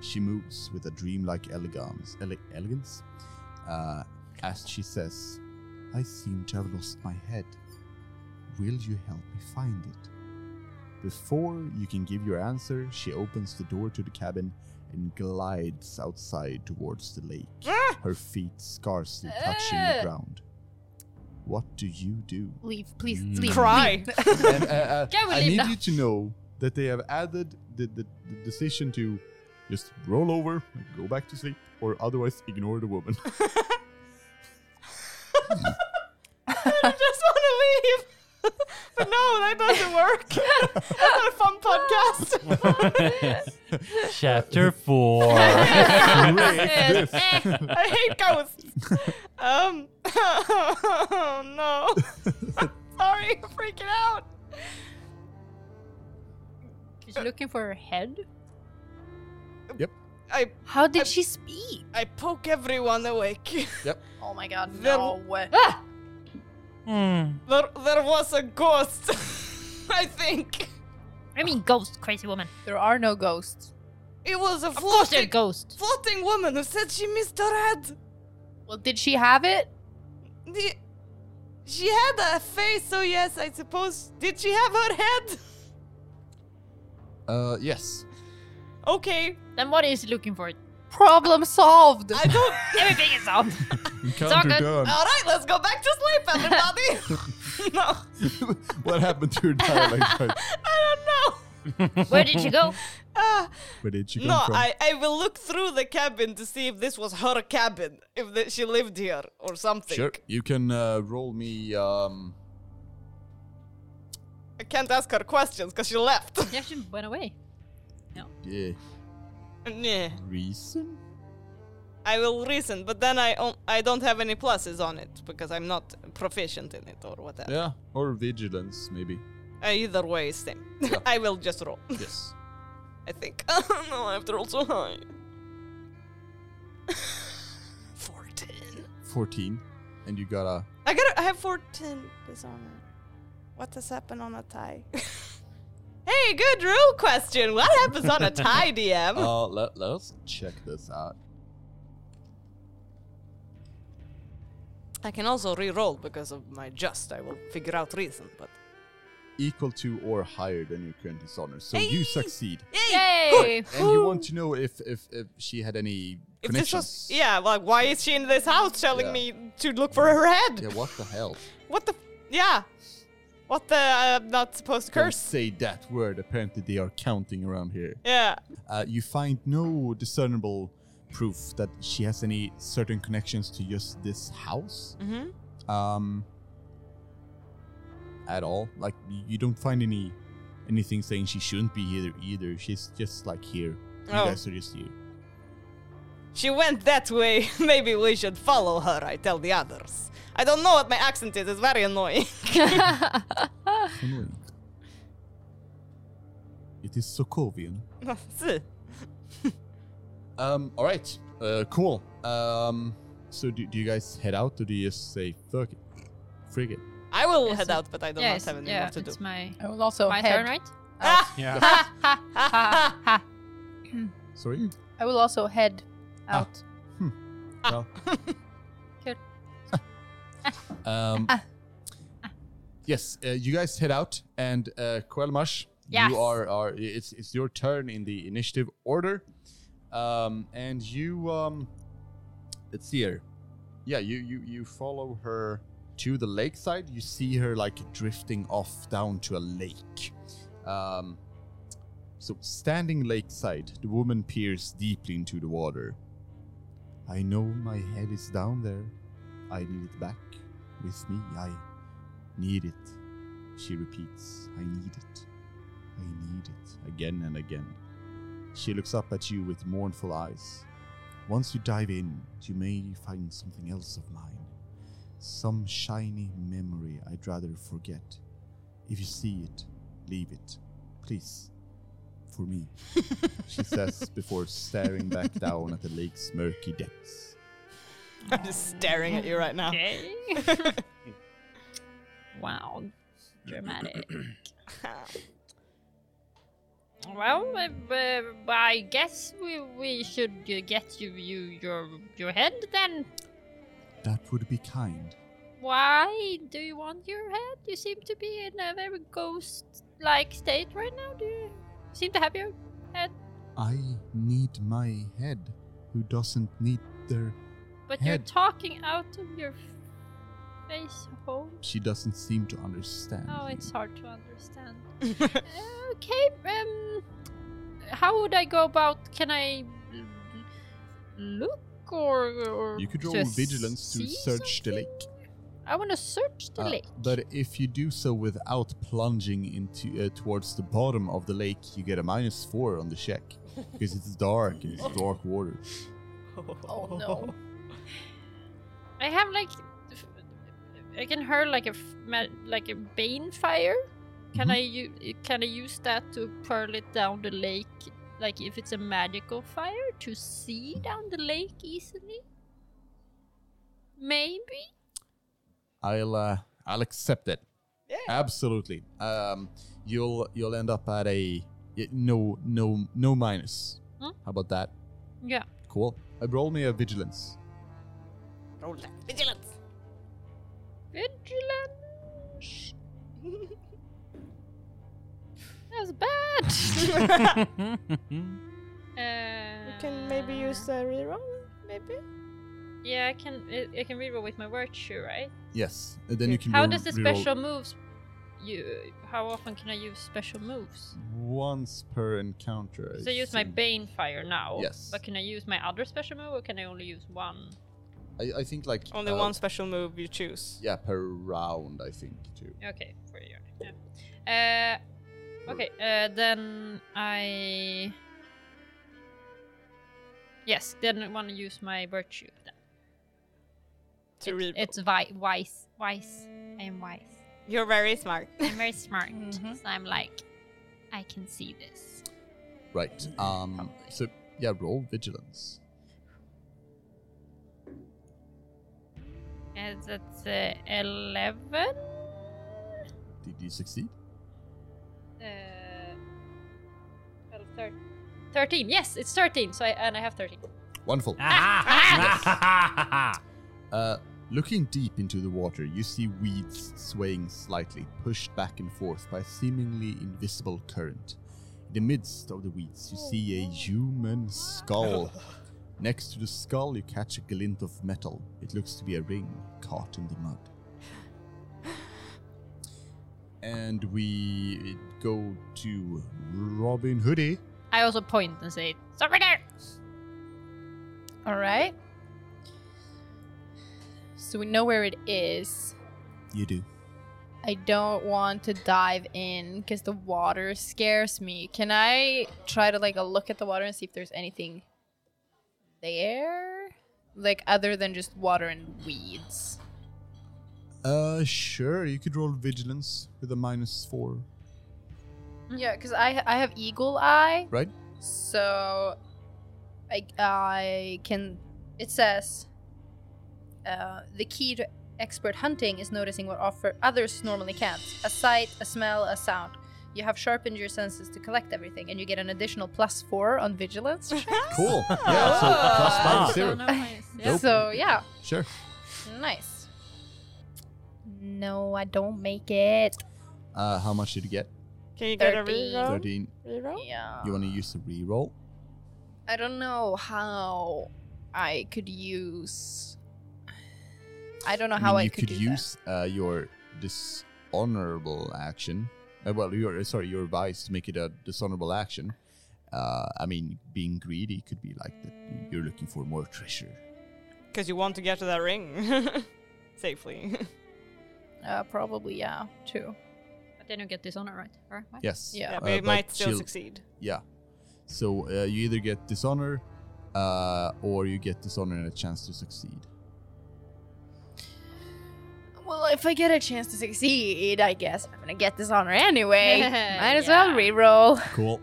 [SPEAKER 1] She moves with a dreamlike elegance, ele- elegance uh, as she says, I seem to have lost my head. Will you help me find it? Before you can give your answer, she opens the door to the cabin and glides outside towards the lake, her feet scarcely touching the ground. What do you do?
[SPEAKER 7] Leave, please.
[SPEAKER 8] Mm.
[SPEAKER 2] [laughs]
[SPEAKER 7] Leave.
[SPEAKER 3] Cry. [laughs]
[SPEAKER 1] And, uh, uh,
[SPEAKER 2] Can we
[SPEAKER 1] I
[SPEAKER 2] leave
[SPEAKER 1] need
[SPEAKER 2] now?
[SPEAKER 1] you to know that they have added the, the, the decision to just roll over, go back to sleep, or otherwise ignore the woman. [laughs]
[SPEAKER 3] I just want to leave. [laughs] but no, no, that doesn't work. [laughs] That's not a fun podcast.
[SPEAKER 8] [laughs]
[SPEAKER 3] [laughs]
[SPEAKER 8] Chapter four.
[SPEAKER 1] Rick, this.
[SPEAKER 3] [laughs] I hate ghosts. Um, [laughs] oh no. [laughs] Sorry, I'm freaking out.
[SPEAKER 2] She's looking for her head.
[SPEAKER 3] I
[SPEAKER 4] How did she speak?
[SPEAKER 3] I poke everyone awake. [laughs]
[SPEAKER 7] Oh my god,
[SPEAKER 3] Then-
[SPEAKER 7] no.
[SPEAKER 8] Hmm.
[SPEAKER 3] There, there was a ghost. [laughs] I think
[SPEAKER 2] I mean, ghost, crazy woman.
[SPEAKER 7] There are no ghosts.
[SPEAKER 3] it was a
[SPEAKER 2] Of course, they're
[SPEAKER 3] floating,
[SPEAKER 2] ghost.
[SPEAKER 3] floating woman who said she missed her head.
[SPEAKER 7] Well, did she have it?
[SPEAKER 3] The- she had a face, so yes, I suppose. Did she have her head? [laughs]
[SPEAKER 1] Uh, yes.
[SPEAKER 3] Okay,
[SPEAKER 2] Then what is he looking for?
[SPEAKER 7] Problem solved.
[SPEAKER 3] I
[SPEAKER 1] [laughs]
[SPEAKER 3] don't.
[SPEAKER 2] Everything is [laughs] on.
[SPEAKER 1] Encounter
[SPEAKER 2] good.
[SPEAKER 1] done.
[SPEAKER 3] All Oh. right, let's go back to sleep, everybody. no,
[SPEAKER 1] [laughs] what happened to your dialect? Right?
[SPEAKER 3] I don't know.
[SPEAKER 2] Where did she go?
[SPEAKER 3] Ah.
[SPEAKER 1] Where did she come
[SPEAKER 3] No,
[SPEAKER 1] from?
[SPEAKER 3] I, I will look through the cabin to see if this was her cabin, if the, she lived here or something.
[SPEAKER 1] Sure. You can uh, roll me. Um,
[SPEAKER 3] I can't ask her questions because she left. [laughs]
[SPEAKER 2] Yeah, she went away.
[SPEAKER 1] yeah,
[SPEAKER 3] yeah.
[SPEAKER 1] reason.
[SPEAKER 3] I will reason, but then I on- I don't have any pluses on it because I'm not proficient in it or whatever.
[SPEAKER 1] Yeah, or vigilance maybe.
[SPEAKER 3] Uh, either way, same. [laughs] I will just roll.
[SPEAKER 1] Yes.
[SPEAKER 3] I think. [laughs] no, I have to roll so high. [sighs] fourteen.
[SPEAKER 1] Fourteen, and you got a
[SPEAKER 3] I got. I have fourteen dishonor. What has happened on a tie? [laughs] hey, good rule question. What happens on a tie, [laughs] DM?
[SPEAKER 1] Uh, let, let's check this out.
[SPEAKER 3] I can also re-roll because of my just. I will figure out reason, but.
[SPEAKER 1] Equal to or higher than your current dishonor, so you succeed.
[SPEAKER 2] Yay!
[SPEAKER 1] And you want to know if if, if she had any
[SPEAKER 3] If
[SPEAKER 1] connections?
[SPEAKER 3] this was, yeah, like why is she in this house telling
[SPEAKER 1] Yeah.
[SPEAKER 3] me to look for her head?
[SPEAKER 1] Yeah. What the
[SPEAKER 3] [laughs]
[SPEAKER 1] hell?
[SPEAKER 3] What the? Yeah. What the? uh, I'm not supposed to
[SPEAKER 1] Don't
[SPEAKER 3] curse.
[SPEAKER 1] say that word. Apparently, they are counting around here.
[SPEAKER 3] Yeah.
[SPEAKER 1] Uh, you find no discernible proof that she has any certain connections to just this house.
[SPEAKER 3] Mm-hmm.
[SPEAKER 1] um at all like y- you don't find any anything saying she shouldn't be here either she's just like here you
[SPEAKER 3] Oh.
[SPEAKER 1] guys are just here
[SPEAKER 3] She went that way. [laughs] Maybe we should follow her. I tell the others. I don't know what my accent is. It's very annoying. [laughs]
[SPEAKER 1] Annoying. it is sokovian um all right uh cool um so do, do you guys head out or do you just say fuck it frig it
[SPEAKER 3] I will
[SPEAKER 2] Yes,
[SPEAKER 3] head
[SPEAKER 2] it-
[SPEAKER 3] out, but I do
[SPEAKER 2] Yes,
[SPEAKER 3] not have anything
[SPEAKER 2] yeah,
[SPEAKER 3] more to do. [laughs]
[SPEAKER 2] it's my
[SPEAKER 7] I will also
[SPEAKER 2] my
[SPEAKER 7] head.
[SPEAKER 2] turn, right?
[SPEAKER 8] Yeah.
[SPEAKER 1] sorry
[SPEAKER 7] I will also head out.
[SPEAKER 1] well
[SPEAKER 2] Sure.
[SPEAKER 1] um yes uh, you guys head out and uh Quelmash,
[SPEAKER 2] Yes.
[SPEAKER 1] you are are it's it's your turn in the initiative order um and you um let's see here yeah you you you follow her to the lakeside you see her like drifting off down to a lake um so standing lakeside the woman peers deeply into the water i know my head is down there i need it back with me i need it she repeats i need it i need it again and again she looks up at you with mournful eyes once you dive in, you may find something else of mine. Some shiny memory I'd rather forget. If you see it, leave it. Please. For me. she says before staring back down at the lake's murky depths.
[SPEAKER 3] I'm just staring at you right now. [laughs]
[SPEAKER 2] Okay. wow.
[SPEAKER 3] [clears throat]
[SPEAKER 2] Dramatic. well, uh, uh, I guess we, we should uh, get you, you your your head then.
[SPEAKER 1] That would be kind.
[SPEAKER 2] Why do you want your head? You seem to be in a very ghost-like state right now. Do you seem to have your head?
[SPEAKER 1] I need my head. Who doesn't need their.
[SPEAKER 2] But you're
[SPEAKER 1] Head.
[SPEAKER 2] talking out of your face hole.
[SPEAKER 1] She doesn't seem to understand.
[SPEAKER 2] Oh, it's hard to understand.
[SPEAKER 3] [laughs]
[SPEAKER 2] Uh, okay, um, how would I go about? Can I l- look or, or
[SPEAKER 1] You could roll
[SPEAKER 2] just
[SPEAKER 1] vigilance to
[SPEAKER 2] see
[SPEAKER 1] search the
[SPEAKER 2] something?
[SPEAKER 1] lake.
[SPEAKER 2] I want to search the
[SPEAKER 1] Uh,
[SPEAKER 2] lake.
[SPEAKER 1] But if you do so without plunging into uh, towards the bottom of the lake, you get a minus four on the check
[SPEAKER 2] [laughs]
[SPEAKER 1] because it's dark and it's dark water.
[SPEAKER 7] Oh
[SPEAKER 8] [laughs]
[SPEAKER 7] no.
[SPEAKER 2] I have like, f- I can hurl like a f- ma- like a bane fire.
[SPEAKER 3] Mm-hmm.
[SPEAKER 2] Can I u- can I use that to hurl it down the lake? Like if it's a magical fire to see down the lake easily. Maybe.
[SPEAKER 1] I'll uh, I'll accept it. Absolutely. Um, you'll you'll end up at a y- no no no minus.
[SPEAKER 2] Hmm?
[SPEAKER 1] How about that?
[SPEAKER 2] Yeah.
[SPEAKER 1] Cool. Uh, roll me a vigilance.
[SPEAKER 3] Roll that. Vigilance. [laughs] [laughs]
[SPEAKER 2] Vigilance. That's
[SPEAKER 3] [laughs]
[SPEAKER 2] bad. uh,
[SPEAKER 3] You can maybe use the reroll, maybe?
[SPEAKER 2] Yeah, I can. I, I can reroll with my virtue, right?
[SPEAKER 1] Yes. And then you can.
[SPEAKER 2] How
[SPEAKER 1] roll-
[SPEAKER 2] does the
[SPEAKER 1] reroll
[SPEAKER 2] special moves? You. How often can I use special moves?
[SPEAKER 1] once per encounter.
[SPEAKER 2] So I use my
[SPEAKER 1] assume.
[SPEAKER 2] Bane Fire now.
[SPEAKER 1] Yes.
[SPEAKER 2] But can I use my other special move, or can I only use one?
[SPEAKER 1] I, I think like
[SPEAKER 3] Only
[SPEAKER 1] uh,
[SPEAKER 3] one special move you choose.
[SPEAKER 1] Yeah, per round, I think too.
[SPEAKER 2] Okay, for you. Yeah. Uh, okay. Uh, then I. Yes, then I want to use my virtue. Then.
[SPEAKER 3] To
[SPEAKER 2] It-
[SPEAKER 3] reroll.
[SPEAKER 2] it's vi- wise, wise. I am wise.
[SPEAKER 3] You're very smart. [laughs]
[SPEAKER 2] I'm very smart,
[SPEAKER 7] Mhm.
[SPEAKER 2] so I'm like, I can see this.
[SPEAKER 1] Right. Um. So yeah, roll vigilance.
[SPEAKER 2] And that's uh, eleven.
[SPEAKER 1] Did you succeed?
[SPEAKER 2] Uh, well, thir- thirteen. Yes, it's thirteen. So I and I have thirteen.
[SPEAKER 1] Wonderful.
[SPEAKER 8] Ah!
[SPEAKER 1] Uh, looking deep into the water, you see weeds swaying slightly, pushed back and forth by a seemingly invisible current. In the midst of the weeds, you see a human skull. Next to the skull, you catch a glint of metal. It looks to be a ring caught in the mud. And we go to Robin Hoodie.
[SPEAKER 2] I also point and say, "Stop right there!"
[SPEAKER 7] All right. So we know where it is.
[SPEAKER 1] You do.
[SPEAKER 7] I don't want to dive in because the water scares me. Can I try to like a look at the water and see if there's anything there, like other than just water and weeds?
[SPEAKER 1] Uh, sure. You could roll vigilance with a minus four,
[SPEAKER 7] Yeah, because I I have eagle eye,
[SPEAKER 1] right?
[SPEAKER 7] so I I can. It says uh, the key to expert hunting is noticing what offer others normally can't: a sight, a smell, a sound. You have sharpened your senses to collect everything, and you get an additional plus four on vigilance. check.
[SPEAKER 1] Cool. Yeah. So plus five Ah, zero. [laughs] Nope.
[SPEAKER 7] So yeah,
[SPEAKER 1] Sure.
[SPEAKER 7] nice. No, I don't make it.
[SPEAKER 1] Uh, how much did you get?
[SPEAKER 3] Can you get a
[SPEAKER 7] Thirteen.
[SPEAKER 3] reroll?
[SPEAKER 1] Thirteen.
[SPEAKER 3] Reroll?
[SPEAKER 7] Yeah.
[SPEAKER 1] You want to use the reroll?
[SPEAKER 7] I don't know how I could use. I don't know Uh, how I,
[SPEAKER 1] mean, you could,
[SPEAKER 7] could, do that.
[SPEAKER 1] use uh, your dishonorable action. Uh, well, your sorry, your vice to make it a dishonorable action. Uh, I mean, being greedy could be like that. You're looking for more treasure.
[SPEAKER 3] Because you want to get to that ring. [laughs] Safely. [laughs]
[SPEAKER 7] Uh, probably, yeah, too.
[SPEAKER 2] But then you get dishonor, right? Or what?
[SPEAKER 1] Yes.
[SPEAKER 7] Yeah.
[SPEAKER 3] yeah,
[SPEAKER 1] Uh,
[SPEAKER 3] but you
[SPEAKER 1] but
[SPEAKER 3] might still
[SPEAKER 1] she'll-
[SPEAKER 3] succeed. [laughs]
[SPEAKER 1] Yeah. So uh, you either get dishonor, uh, or you get dishonor and a chance to succeed.
[SPEAKER 7] Well, if I get a chance to succeed, I guess I'm gonna get this honor anyway. [laughs]
[SPEAKER 2] [laughs]
[SPEAKER 7] Might as well
[SPEAKER 2] Yeah.
[SPEAKER 7] reroll.
[SPEAKER 1] Cool.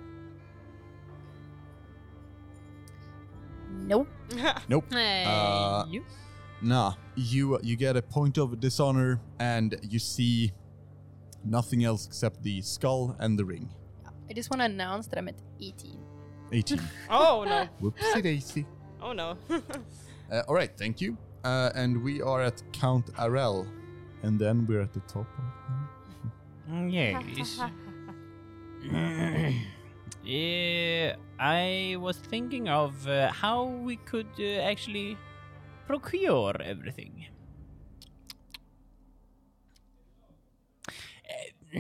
[SPEAKER 7] Nope.
[SPEAKER 1] Nope.
[SPEAKER 2] Hey,
[SPEAKER 1] Uh,
[SPEAKER 2] you.
[SPEAKER 1] Nah, you you get a point of dishonor, and you see nothing else except the skull and the ring.
[SPEAKER 7] I just want to announce that I'm at 18.
[SPEAKER 1] [laughs] Eighteen.
[SPEAKER 3] oh no.
[SPEAKER 1] Whoopsie daisy.
[SPEAKER 3] Oh no.
[SPEAKER 1] Uh, all right, thank you. Uh, and we are at Count Arel, and then we're at the top. of-
[SPEAKER 8] Mm, yes. yeah, I was thinking of uh, how we could uh, actually procure everything. Uh,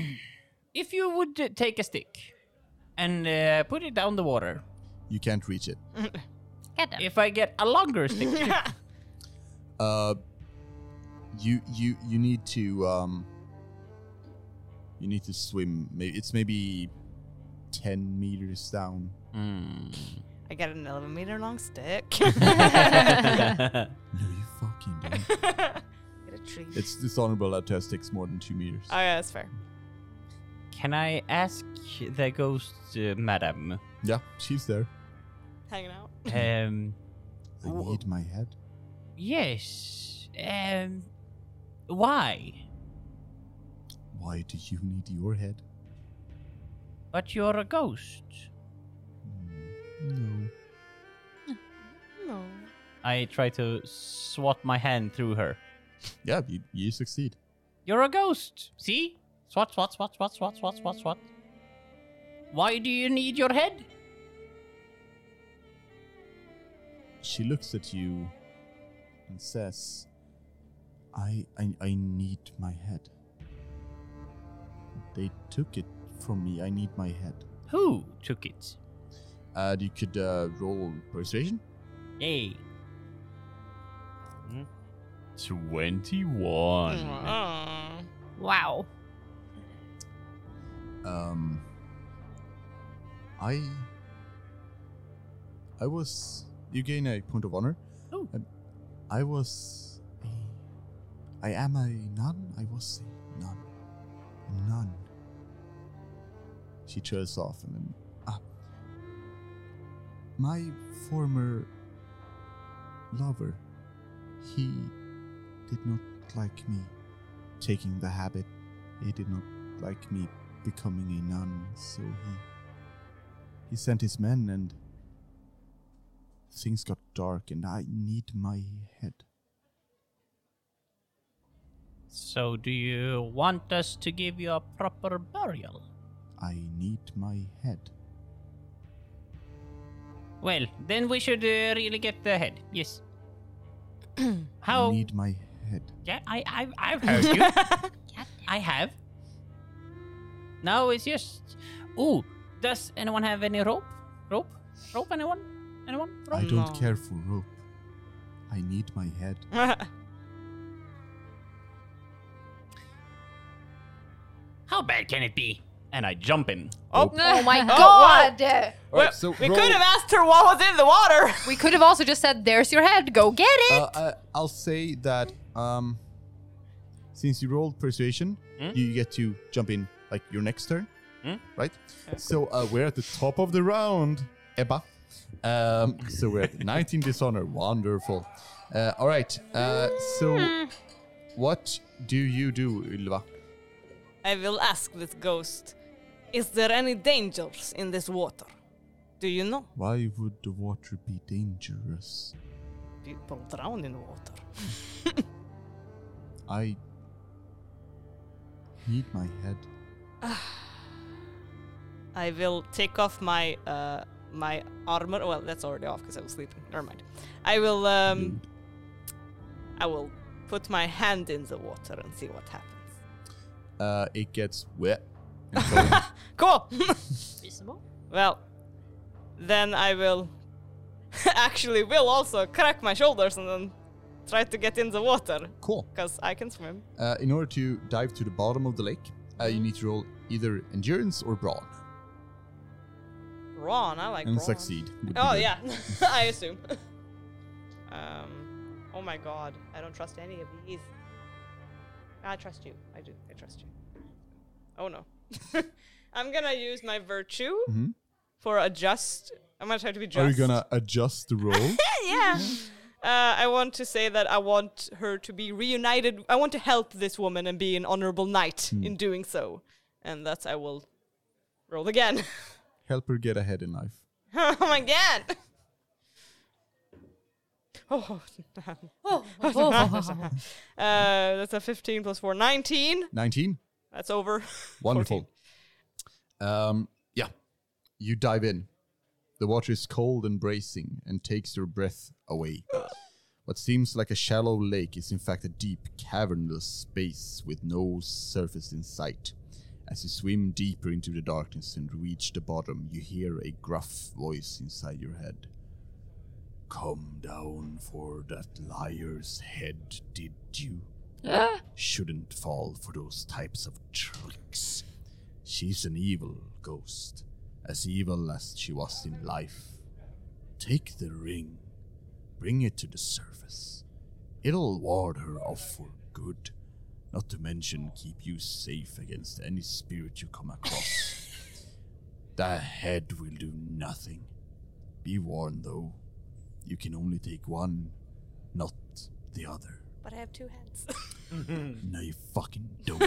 [SPEAKER 8] If you would uh, take a stick and uh, put it down the water,
[SPEAKER 1] You can't reach it.
[SPEAKER 2] Get them.
[SPEAKER 3] [laughs]
[SPEAKER 8] if I get a longer stick,
[SPEAKER 1] Uh, you you you need to um you need to swim maybe it's maybe 10 meters down
[SPEAKER 3] I got an 11 meter long [laughs] stick. Oh,
[SPEAKER 1] no you fucking don't
[SPEAKER 3] Get a tree.
[SPEAKER 1] [laughs] it's dishonorable that test takes more than two meters
[SPEAKER 3] oh, yeah, that's fair.
[SPEAKER 8] [laughs] Can I ask the ghost uh, madam?
[SPEAKER 1] yeah she's there
[SPEAKER 3] Hanging out.
[SPEAKER 8] Um,
[SPEAKER 1] i
[SPEAKER 8] Wha-
[SPEAKER 1] need my head
[SPEAKER 8] yes. Um, why?
[SPEAKER 1] why do you need your head
[SPEAKER 8] But you're a ghost.
[SPEAKER 1] no
[SPEAKER 3] No.
[SPEAKER 8] I try to swat my hand through her.
[SPEAKER 1] yeah you, you succeed
[SPEAKER 8] You're a ghost. See? Swat, swat, swat, swat, swat, swat, swat, swat. Why do you need your head?
[SPEAKER 1] she looks at you and says i i, I need my head they took it from me i need my head
[SPEAKER 8] Who took it?
[SPEAKER 1] and you could uh, roll persuasion
[SPEAKER 8] Yay.
[SPEAKER 9] 21.
[SPEAKER 3] Mm. [laughs]
[SPEAKER 2] Wow.
[SPEAKER 1] Um, I, I was. You gain a point of honor.
[SPEAKER 8] Oh.
[SPEAKER 1] Um, I was. A, I am a nun. I was a nun. A nun. She trails off and then. Ah. My former lover, he did not like me taking the habit. He did not like me becoming a nun, so he he sent his men and things got dark and I need my head.
[SPEAKER 8] So, do you want us to give you a proper burial?
[SPEAKER 1] I need my head.
[SPEAKER 8] Well, then we should uh, really get the head. Yes.
[SPEAKER 1] I
[SPEAKER 8] How?
[SPEAKER 1] need my head.
[SPEAKER 8] Yeah, I, I, I've heard you. I have. Now it's just. Ooh, does anyone have any rope? Rope? Rope? Anyone? Anyone?
[SPEAKER 1] I
[SPEAKER 8] Rope?
[SPEAKER 1] don't
[SPEAKER 3] No.
[SPEAKER 1] care for rope. I need my head.
[SPEAKER 3] Oh,
[SPEAKER 8] How bad can it be? And I
[SPEAKER 1] [laughs]
[SPEAKER 8] jump him.
[SPEAKER 3] oh,
[SPEAKER 7] Oh
[SPEAKER 2] [laughs]
[SPEAKER 7] my
[SPEAKER 3] wow.
[SPEAKER 7] god! Uh,
[SPEAKER 3] well,
[SPEAKER 1] so
[SPEAKER 3] we
[SPEAKER 1] roll-
[SPEAKER 3] could have asked her what was in the water.
[SPEAKER 7] We could have also just said, "There's your head. Go get it."
[SPEAKER 1] Uh, I, I'll say that um, since you rolled persuasion,
[SPEAKER 8] Hmm?
[SPEAKER 1] you get to jump in like your next turn,
[SPEAKER 8] Hmm?
[SPEAKER 1] right? So uh, we're at the top of the round, Ebba. Um, so we're
[SPEAKER 8] [laughs]
[SPEAKER 1] at 19 dishonor. Wonderful. Uh, all right. Uh, so
[SPEAKER 8] Hmm.
[SPEAKER 1] what do you do, Ylva?
[SPEAKER 3] I will ask this ghost Is there any dangers in this water? Do you know?
[SPEAKER 1] Why would the water be dangerous?
[SPEAKER 3] People drown in water.
[SPEAKER 1] I need my head.
[SPEAKER 3] I will take off my uh, my armor. Well, that's already off because I was sleeping. Never mind. I will
[SPEAKER 1] Mm-hmm.
[SPEAKER 3] um, I will put my hand in the water and see what happens.
[SPEAKER 1] Uh, it gets wet. and cold.
[SPEAKER 3] Cool. [laughs]
[SPEAKER 2] Reasonable.
[SPEAKER 3] well, then I will [laughs] actually will also crack my shoulders and then try to get in the water
[SPEAKER 1] cool.
[SPEAKER 3] because I can swim.
[SPEAKER 1] Uh, in order to dive to the bottom of the lake, uh, you need to roll either endurance or brawn
[SPEAKER 3] Brawn, I like
[SPEAKER 1] and
[SPEAKER 3] brawn.
[SPEAKER 1] succeed. would be
[SPEAKER 3] Oh
[SPEAKER 1] good.
[SPEAKER 3] yeah,
[SPEAKER 1] [laughs]
[SPEAKER 3] [laughs] I assume. um, oh my god, I don't trust any of these. I trust you. I do. I trust you. Oh no, [laughs] I'm gonna use my virtue
[SPEAKER 1] Mhm.
[SPEAKER 3] for adjust. I'm gonna try to be just.
[SPEAKER 1] Are you gonna adjust the roll?
[SPEAKER 3] yeah. Uh, I want to say that I want her to be reunited. I want to help this woman and be an honorable knight in doing so, and that's I will roll again. [laughs]
[SPEAKER 1] Help her get ahead in life.
[SPEAKER 3] oh my god. [laughs] Oh, [laughs] uh, that's a 15 plus 4, 19.
[SPEAKER 1] Nineteen.
[SPEAKER 3] That's over. [laughs]
[SPEAKER 1] [laughs] Wonderful. Um, yeah, you dive in. The water is cold and bracing and takes your breath away. What seems like a shallow lake is in fact a deep, cavernous space with no surface in sight. As you swim deeper into the darkness and reach the bottom, you hear a gruff voice inside your head. Come down, for that liar's head did you shouldn't fall for those types of tricks. She's an evil ghost, as evil as she was in life. Take the ring, bring it to the surface. It'll ward her off for good, not to mention keep you safe against any spirit you come across. the head will do nothing. Be warned, though, you can only take one, not the other.
[SPEAKER 3] But I have two hands.
[SPEAKER 1] No, you fucking don't.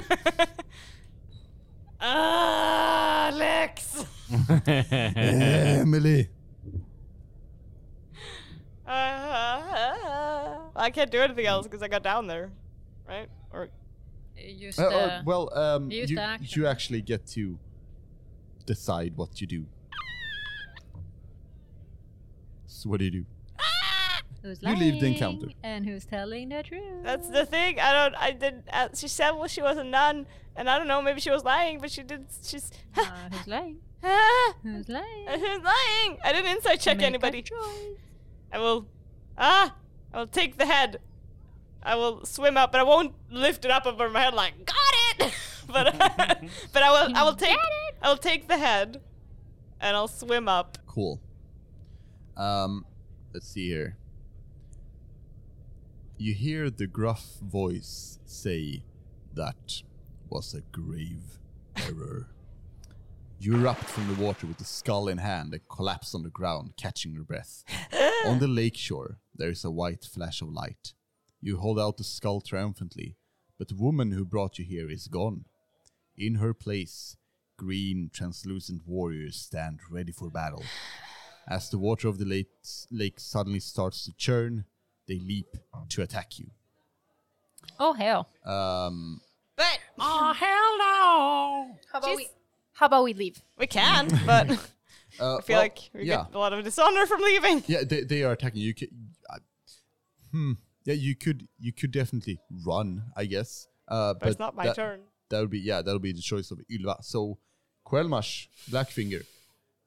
[SPEAKER 3] Uh, Alex!
[SPEAKER 8] Oh,
[SPEAKER 1] [laughs] Emily!
[SPEAKER 3] Uh, I can't do anything else because I got down there, right? Or
[SPEAKER 2] Use
[SPEAKER 1] Uh,
[SPEAKER 2] the.
[SPEAKER 1] uh, well, um,
[SPEAKER 2] use
[SPEAKER 1] you,
[SPEAKER 2] the action.
[SPEAKER 1] you actually get to decide what you do. So what do you do?
[SPEAKER 2] who's
[SPEAKER 1] you leave the encounter.
[SPEAKER 2] lying And who's telling the truth?
[SPEAKER 3] that's the thing. I don't. I didn't. Uh, she said well, she was a nun, and I don't know. Maybe she was lying, but she did. She's. [laughs]
[SPEAKER 2] Uh, who's lying?
[SPEAKER 3] Ah, [laughs]
[SPEAKER 2] Who's lying?
[SPEAKER 3] who's lying? I didn't inside check
[SPEAKER 2] Make a
[SPEAKER 3] anybody.
[SPEAKER 2] choice.
[SPEAKER 3] I will. Ah! I will take the head. I will swim up, but I won't lift it up over my head like got it. [laughs] but but I will. I will take. I will take the head, and I'll swim up.
[SPEAKER 1] Cool. Um, let's see here. You hear the gruff voice say, "That was a grave error." You erupt from the water with the skull in hand and collapse on the ground, catching your breath. on the lakeshore, there is a white flash of light. You hold out the skull triumphantly, but the woman who brought you here is gone. In her place, green, translucent warriors stand ready for battle. As the water of the lake, lake suddenly starts to churn, they leap to attack you.
[SPEAKER 2] Oh hell!
[SPEAKER 1] Um,
[SPEAKER 3] But
[SPEAKER 8] Oh, hell no!
[SPEAKER 7] How about
[SPEAKER 3] She's-
[SPEAKER 7] we? How about we leave?
[SPEAKER 3] we can. But.
[SPEAKER 1] uh,
[SPEAKER 3] I feel
[SPEAKER 1] well,
[SPEAKER 3] like we
[SPEAKER 1] yeah,
[SPEAKER 3] get a lot of dishonor from leaving.
[SPEAKER 1] yeah, they, they are attacking you. Could, uh, hmm. Yeah, you could you could definitely run, I guess. Uh,
[SPEAKER 3] But
[SPEAKER 1] but
[SPEAKER 3] it's not my
[SPEAKER 1] that-
[SPEAKER 3] turn.
[SPEAKER 1] [laughs] That would be yeah, that would be the choice of Ylva. So Quelmash, Blackfinger,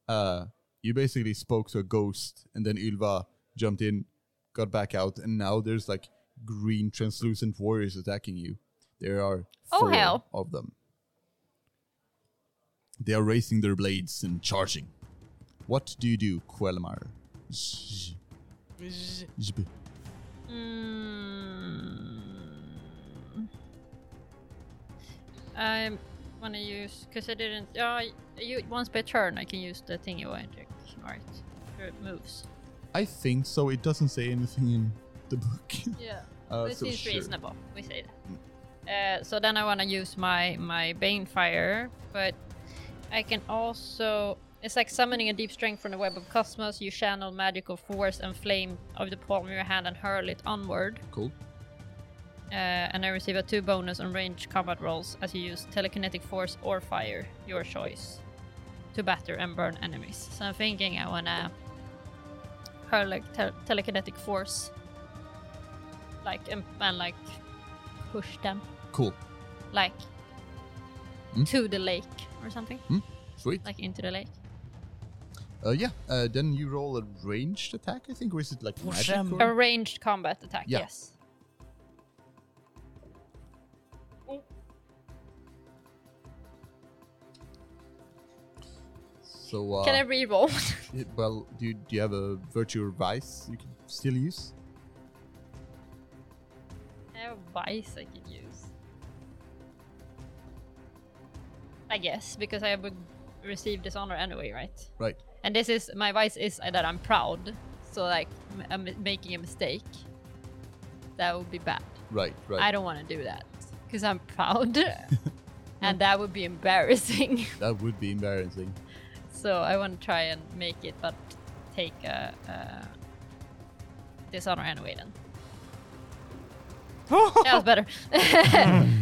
[SPEAKER 1] uh, you basically spoke to a ghost, and then Ylva jumped in, got back out, and now there's like green translucent warriors attacking you. There are
[SPEAKER 2] Oh,
[SPEAKER 1] four
[SPEAKER 2] hell.
[SPEAKER 1] of them. They are raising their blades and charging. What do you do, Quelmar? Zzz, zb.
[SPEAKER 2] Mm. I want to use because I didn't. Uh, you once per turn, I can use the thingy magic. Right, sure it moves.
[SPEAKER 1] I think so. It doesn't say anything in the book. [laughs]
[SPEAKER 2] Yeah,
[SPEAKER 1] Uh,
[SPEAKER 2] it
[SPEAKER 1] so
[SPEAKER 2] seems
[SPEAKER 1] sure. Mm.
[SPEAKER 2] reasonable. We say that. Uh, so then I want to use my my bane fire, but I can also. It's like summoning a deep strength from the web of cosmos. You channel magical force and flame of the palm of your hand and hurl it onward.
[SPEAKER 1] Cool.
[SPEAKER 2] Uh, and I receive a 2 bonus on range combat rolls as you use telekinetic force or fire, your choice, to batter and burn enemies. So I'm thinking I wanna hurl like tel- telekinetic force, like and, and like push them,
[SPEAKER 1] Cool.
[SPEAKER 2] like
[SPEAKER 1] Mm.
[SPEAKER 2] to the lake or something,
[SPEAKER 1] Hmm? Sweet.
[SPEAKER 2] like into the lake.
[SPEAKER 1] Uh, yeah, uh, then you roll a ranged attack, I think, or is it like magic?
[SPEAKER 8] them.
[SPEAKER 1] or-
[SPEAKER 2] A ranged combat attack,
[SPEAKER 1] Yeah.
[SPEAKER 2] yes.
[SPEAKER 1] So, uh,
[SPEAKER 2] Can I re-roll? [laughs]
[SPEAKER 1] it- well, do you, do you have a virtue or vice you can still use?
[SPEAKER 2] I have a vice I could use. I guess, because I would receive dishonor anyway, right?
[SPEAKER 1] Right.
[SPEAKER 2] And this is my vice is that I'm proud, so like m- I'm m- making a mistake. That would be bad.
[SPEAKER 1] Right, right.
[SPEAKER 2] I don't want to do that because I'm proud, and that would be embarrassing. [laughs]
[SPEAKER 1] that would be embarrassing.
[SPEAKER 2] so I want to try and make it, but take a, a dishonor anyway then. That was
[SPEAKER 1] [laughs]
[SPEAKER 2] Oh, better.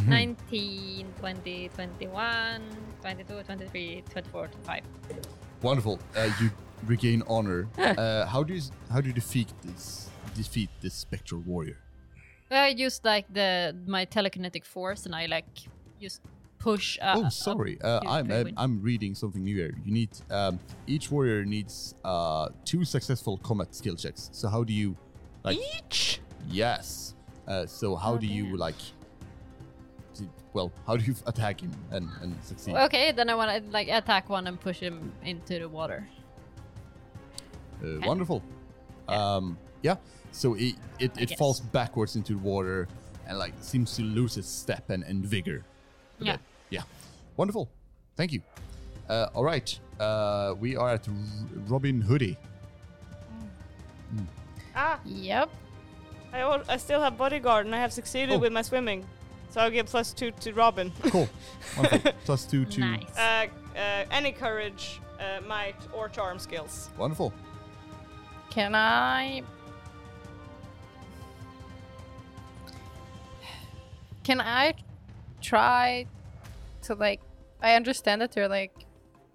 [SPEAKER 2] 19, 20, 21, 22, 23, 24, 25.
[SPEAKER 1] Wonderful. Uh, you regain
[SPEAKER 2] [laughs]
[SPEAKER 1] honor. uh, how do you s- how do you defeat this defeat this spectral warrior?
[SPEAKER 2] I used like the my telekinetic force and I like just push. Uh,
[SPEAKER 1] oh,
[SPEAKER 2] up.
[SPEAKER 1] sorry. Uh,
[SPEAKER 2] Huge
[SPEAKER 1] I'm, I'm
[SPEAKER 2] penguin.
[SPEAKER 1] I'm reading something new here. You need um, each warrior needs uh, two successful combat skill checks. So how do you like
[SPEAKER 3] Each?
[SPEAKER 1] Yes. Uh, so how
[SPEAKER 2] Oh,
[SPEAKER 1] do you
[SPEAKER 2] damn.
[SPEAKER 1] like to- well, how do you [laughs] attack him and, and succeed?
[SPEAKER 2] Okay, then I want to like attack one and push him into the water.
[SPEAKER 1] Uh, wonderful. Um, yeah. So it it, it falls backwards into the water and like seems to lose its step and, and vigor. a
[SPEAKER 2] Yeah.
[SPEAKER 1] bit. Yeah. Wonderful. Thank you. Uh, all right. Uh, we are at R- Robin Hoodie.
[SPEAKER 3] Ah,
[SPEAKER 2] Yep.
[SPEAKER 3] I, al- I still have bodyguard and I have succeeded
[SPEAKER 1] Oh.
[SPEAKER 3] with my swimming. So I'll get plus two to Robin.
[SPEAKER 1] Cool. Wonderful. Plus two to
[SPEAKER 3] uh, uh, any courage, uh, might, or charm skills.
[SPEAKER 1] wonderful.
[SPEAKER 7] Can I? Can I try to like? I understand that they're like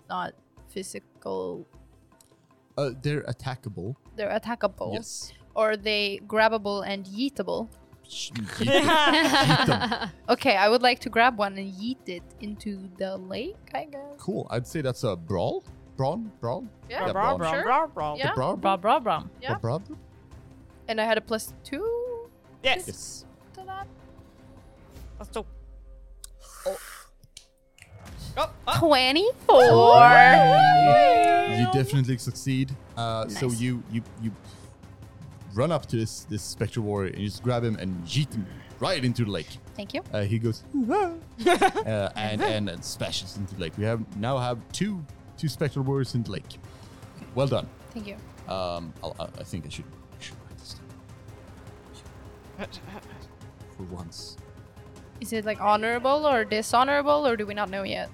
[SPEAKER 7] not physical.
[SPEAKER 1] Uh, they're attackable.
[SPEAKER 7] They're attackable,
[SPEAKER 1] Yes.
[SPEAKER 7] or they grabbable and yeetable.
[SPEAKER 1] Sh- yeet them. Yeet them.
[SPEAKER 7] Okay, I would like to grab one and yeet it into the lake. I guess.
[SPEAKER 1] Cool. I'd say that's a brawl. Brawn? Brawl?
[SPEAKER 7] Yeah,
[SPEAKER 1] brawl.
[SPEAKER 3] Brom,
[SPEAKER 7] Sure.
[SPEAKER 3] brom, brom.
[SPEAKER 7] Yeah.
[SPEAKER 1] Brawl?
[SPEAKER 4] Bra bra bra.
[SPEAKER 7] yeah.
[SPEAKER 1] Or brawl?
[SPEAKER 7] And I had a plus two
[SPEAKER 3] Yes.
[SPEAKER 1] Yes.
[SPEAKER 7] to that.
[SPEAKER 3] Let's do- Oh.
[SPEAKER 7] Twenty-four.
[SPEAKER 1] You definitely succeed. Uh, So you you you run up to this this spectral warrior and you just grab him and yeet him right into the lake.
[SPEAKER 7] Thank you.
[SPEAKER 1] Uh, he goes uh, and, and and splashes into the lake. We have now have two two spectral warriors in the lake. Well done.
[SPEAKER 7] Thank you.
[SPEAKER 1] Um, I'll, I, I think I should, I should write this down for once.
[SPEAKER 7] Is it like honorable or dishonorable, or do we not know yet?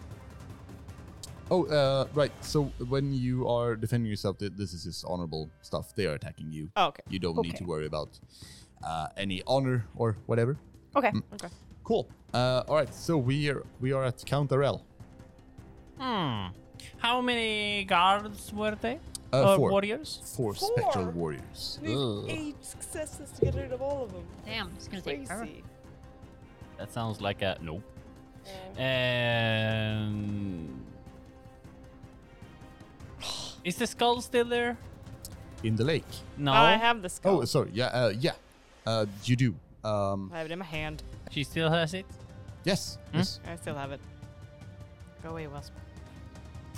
[SPEAKER 1] Oh, uh, right. So when you are defending yourself, th- this is just honorable stuff. They are attacking you.
[SPEAKER 3] Oh, okay.
[SPEAKER 1] You don't need
[SPEAKER 7] Okay.
[SPEAKER 1] to worry about uh, any honor or whatever.
[SPEAKER 7] Okay.
[SPEAKER 3] Okay.
[SPEAKER 1] Cool. Uh, all right. So we are we are at Count Arel.
[SPEAKER 8] Hmm. How many guards were they?
[SPEAKER 1] Uh,
[SPEAKER 8] or
[SPEAKER 1] four.
[SPEAKER 8] warriors?
[SPEAKER 1] Four
[SPEAKER 3] Four?
[SPEAKER 1] spectral warriors.
[SPEAKER 3] [laughs] Need eight successes to get rid of all of them.
[SPEAKER 2] Damn, it's gonna take forever. [laughs]
[SPEAKER 3] Crazy.
[SPEAKER 8] That sounds like a no. Um. Is the skull still there?
[SPEAKER 1] In the lake.
[SPEAKER 8] No.
[SPEAKER 3] I have the skull.
[SPEAKER 1] Oh, sorry. Yeah. Uh, yeah. Uh, you do. Um,
[SPEAKER 3] I have it in my hand.
[SPEAKER 8] She still has it.
[SPEAKER 1] yes. Yes.
[SPEAKER 3] I still have it. Go away, Wasp.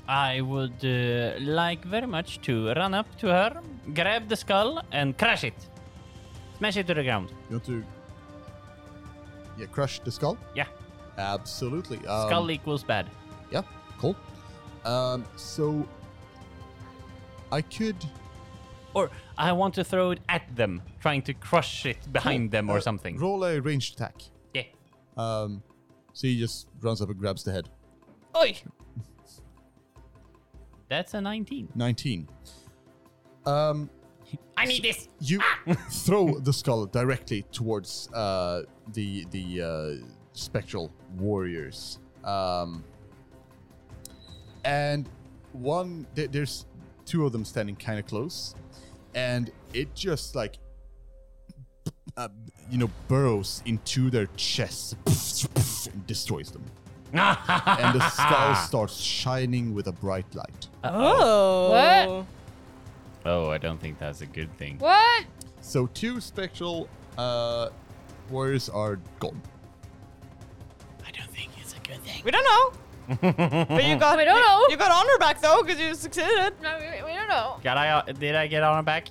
[SPEAKER 8] I would uh, like very much to run up to her, grab the skull, and crash it. Smash it to the ground.
[SPEAKER 1] You want to? Yeah. Crush the skull.
[SPEAKER 8] Yeah.
[SPEAKER 1] Absolutely. Um,
[SPEAKER 8] skull equals bad.
[SPEAKER 1] Yeah, cool. Um, so I could.
[SPEAKER 8] Or I want to throw it at them, trying to crush it behind them or
[SPEAKER 1] uh,
[SPEAKER 8] something.
[SPEAKER 1] Roll a ranged attack.
[SPEAKER 8] yeah.
[SPEAKER 1] Um, so he just runs up and grabs the head.
[SPEAKER 3] Oi!
[SPEAKER 8] That's a 19.
[SPEAKER 1] 19. Um,
[SPEAKER 8] I need this.
[SPEAKER 1] you [laughs] throw the skull directly towards uh, the the uh, spectral warriors, um, and one there there's two of them standing kind of close, and it just like uh, you know burrows into their chests and destroys them, and the skull starts shining with a bright light.
[SPEAKER 3] Oh.
[SPEAKER 2] What?
[SPEAKER 8] Oh, I don't think that's a good thing.
[SPEAKER 2] What?
[SPEAKER 1] So two spectral uh, warriors are gone.
[SPEAKER 8] I don't think it's a good thing.
[SPEAKER 3] We don't know. but you got
[SPEAKER 2] We don't
[SPEAKER 3] you,
[SPEAKER 2] know.
[SPEAKER 3] You got honor back though, because you succeeded.
[SPEAKER 2] No, we, we don't know.
[SPEAKER 8] Got I, uh, did I get on her back?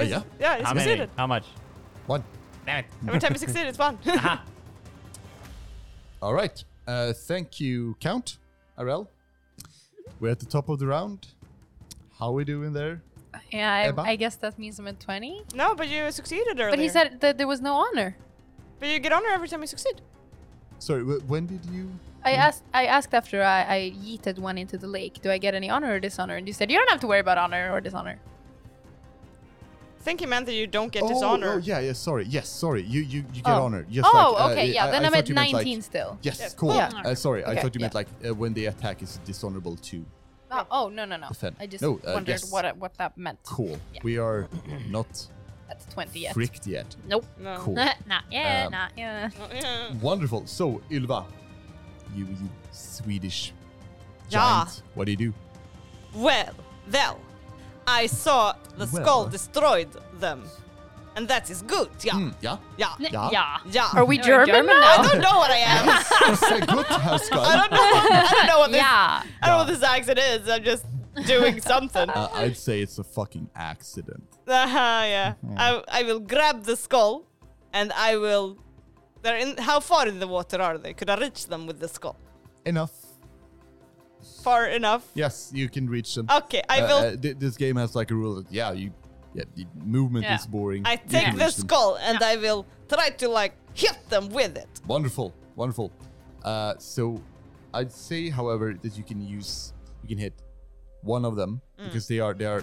[SPEAKER 1] Uh, yeah,
[SPEAKER 3] Yeah, you
[SPEAKER 8] How
[SPEAKER 3] succeeded.
[SPEAKER 8] many? How much?
[SPEAKER 1] one.
[SPEAKER 8] Damn it.
[SPEAKER 3] Every time you succeed, it's fun.
[SPEAKER 8] Aha.
[SPEAKER 1] All right. Uh, thank you, Count Arel. We're at the top of the round. How we doing there?
[SPEAKER 7] Yeah,
[SPEAKER 1] Ebba?
[SPEAKER 7] I, I guess that means I'm at 20.
[SPEAKER 3] no, but you succeeded earlier.
[SPEAKER 7] But he said that there was no honor.
[SPEAKER 3] But you get honor every time you succeed.
[SPEAKER 1] Sorry, wh- when did you?
[SPEAKER 7] I asked I asked after I, I yeeted one into the lake, do I get any honor or dishonor? And you said, you don't have to worry about honor or dishonor.
[SPEAKER 3] I think he meant that you don't get
[SPEAKER 1] oh,
[SPEAKER 3] dishonor.
[SPEAKER 1] oh, yeah, yeah. Sorry, yes, sorry. You, you, you get
[SPEAKER 7] Oh.
[SPEAKER 1] honored. Yes.
[SPEAKER 7] oh,
[SPEAKER 1] like, uh,
[SPEAKER 7] okay,
[SPEAKER 1] I-
[SPEAKER 7] yeah.
[SPEAKER 1] I-
[SPEAKER 7] then
[SPEAKER 1] I
[SPEAKER 7] am
[SPEAKER 1] thought
[SPEAKER 7] at
[SPEAKER 1] you meant,
[SPEAKER 7] 19
[SPEAKER 1] like-
[SPEAKER 7] still.
[SPEAKER 1] yes,
[SPEAKER 3] Yes.
[SPEAKER 1] cool.
[SPEAKER 7] Yeah.
[SPEAKER 1] Uh, sorry, I
[SPEAKER 7] Okay,
[SPEAKER 1] thought you meant
[SPEAKER 7] yeah.
[SPEAKER 1] like uh, when the attack is dishonorable too.
[SPEAKER 7] Oh, oh, no, no, no.
[SPEAKER 1] Defend.
[SPEAKER 7] I just
[SPEAKER 1] No, uh,
[SPEAKER 7] wondered
[SPEAKER 1] yes.
[SPEAKER 7] what, what that meant
[SPEAKER 1] Cool. We are not
[SPEAKER 7] at 20 yet.
[SPEAKER 1] fricked yet.
[SPEAKER 2] Nope.
[SPEAKER 3] No.
[SPEAKER 1] Cool.
[SPEAKER 2] not yet.
[SPEAKER 1] Um,
[SPEAKER 2] not yet.
[SPEAKER 3] Oh, yeah.
[SPEAKER 7] Mm.
[SPEAKER 1] Wonderful. So Ylva, you, you Swedish
[SPEAKER 3] Ja.
[SPEAKER 1] giant. What do you do?
[SPEAKER 3] Well, well, I saw the
[SPEAKER 1] Well.
[SPEAKER 3] skull destroyed them. and that is good. Yeah,
[SPEAKER 1] Mm, yeah. [laughs]
[SPEAKER 3] yeah,
[SPEAKER 1] Yeah.
[SPEAKER 2] Yeah.
[SPEAKER 3] yeah.
[SPEAKER 7] [laughs] Are we
[SPEAKER 2] No,
[SPEAKER 7] German,
[SPEAKER 2] German
[SPEAKER 3] I
[SPEAKER 7] now?
[SPEAKER 3] don't know what I am.
[SPEAKER 7] [laughs]
[SPEAKER 1] Sehr gut, Herr Skull.
[SPEAKER 3] I don't know. I don't know what this.
[SPEAKER 2] Yeah.
[SPEAKER 3] I don't know what this accent is. I'm just
[SPEAKER 7] [laughs]
[SPEAKER 3] doing something. [laughs]
[SPEAKER 1] Uh, I'd say it's a fucking accident.
[SPEAKER 3] Uh-huh, yeah.
[SPEAKER 1] Hmm.
[SPEAKER 3] I, I will grab the skull and I will. They're in. How far in the water are they? Could I reach them with the skull?
[SPEAKER 1] Enough.
[SPEAKER 3] Far enough?
[SPEAKER 1] Yes, you can reach them.
[SPEAKER 3] Okay, I
[SPEAKER 1] Uh,
[SPEAKER 3] will.
[SPEAKER 1] uh, thi- this game has like a rule that yeah, you, yeah, the movement
[SPEAKER 2] Yeah.
[SPEAKER 1] is boring.
[SPEAKER 3] I
[SPEAKER 1] uh, You
[SPEAKER 3] take
[SPEAKER 1] can
[SPEAKER 3] the
[SPEAKER 1] reach them.
[SPEAKER 3] skull and I will try to like hit them with it.
[SPEAKER 1] Wonderful, wonderful. Uh, so, I'd say, however, that you can use you can hit one of them
[SPEAKER 3] Mm.
[SPEAKER 1] because they are they are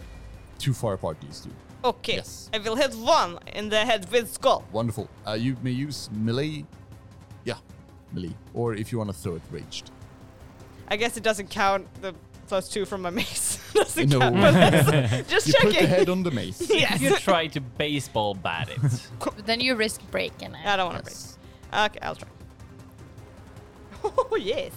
[SPEAKER 1] too far apart. These two.
[SPEAKER 3] Okay.
[SPEAKER 1] Yes.
[SPEAKER 3] I will hit one in the head with skull.
[SPEAKER 1] Wonderful. Uh, you may use melee. Yeah, melee, or if you want to throw it raged.
[SPEAKER 3] I guess it doesn't count the plus two from my mace. [laughs] doesn't
[SPEAKER 1] No.
[SPEAKER 3] count.
[SPEAKER 1] [laughs]
[SPEAKER 3] But that's- just
[SPEAKER 1] You
[SPEAKER 3] checking.
[SPEAKER 1] put the head on the mace.
[SPEAKER 3] [laughs] yes.
[SPEAKER 8] You try to baseball
[SPEAKER 1] [laughs]
[SPEAKER 8] bat it.
[SPEAKER 2] But then you risk breaking
[SPEAKER 3] [gasps]
[SPEAKER 2] it.
[SPEAKER 3] I don't want to
[SPEAKER 1] Yes.
[SPEAKER 3] break. Okay, I'll try. [laughs] Oh yes,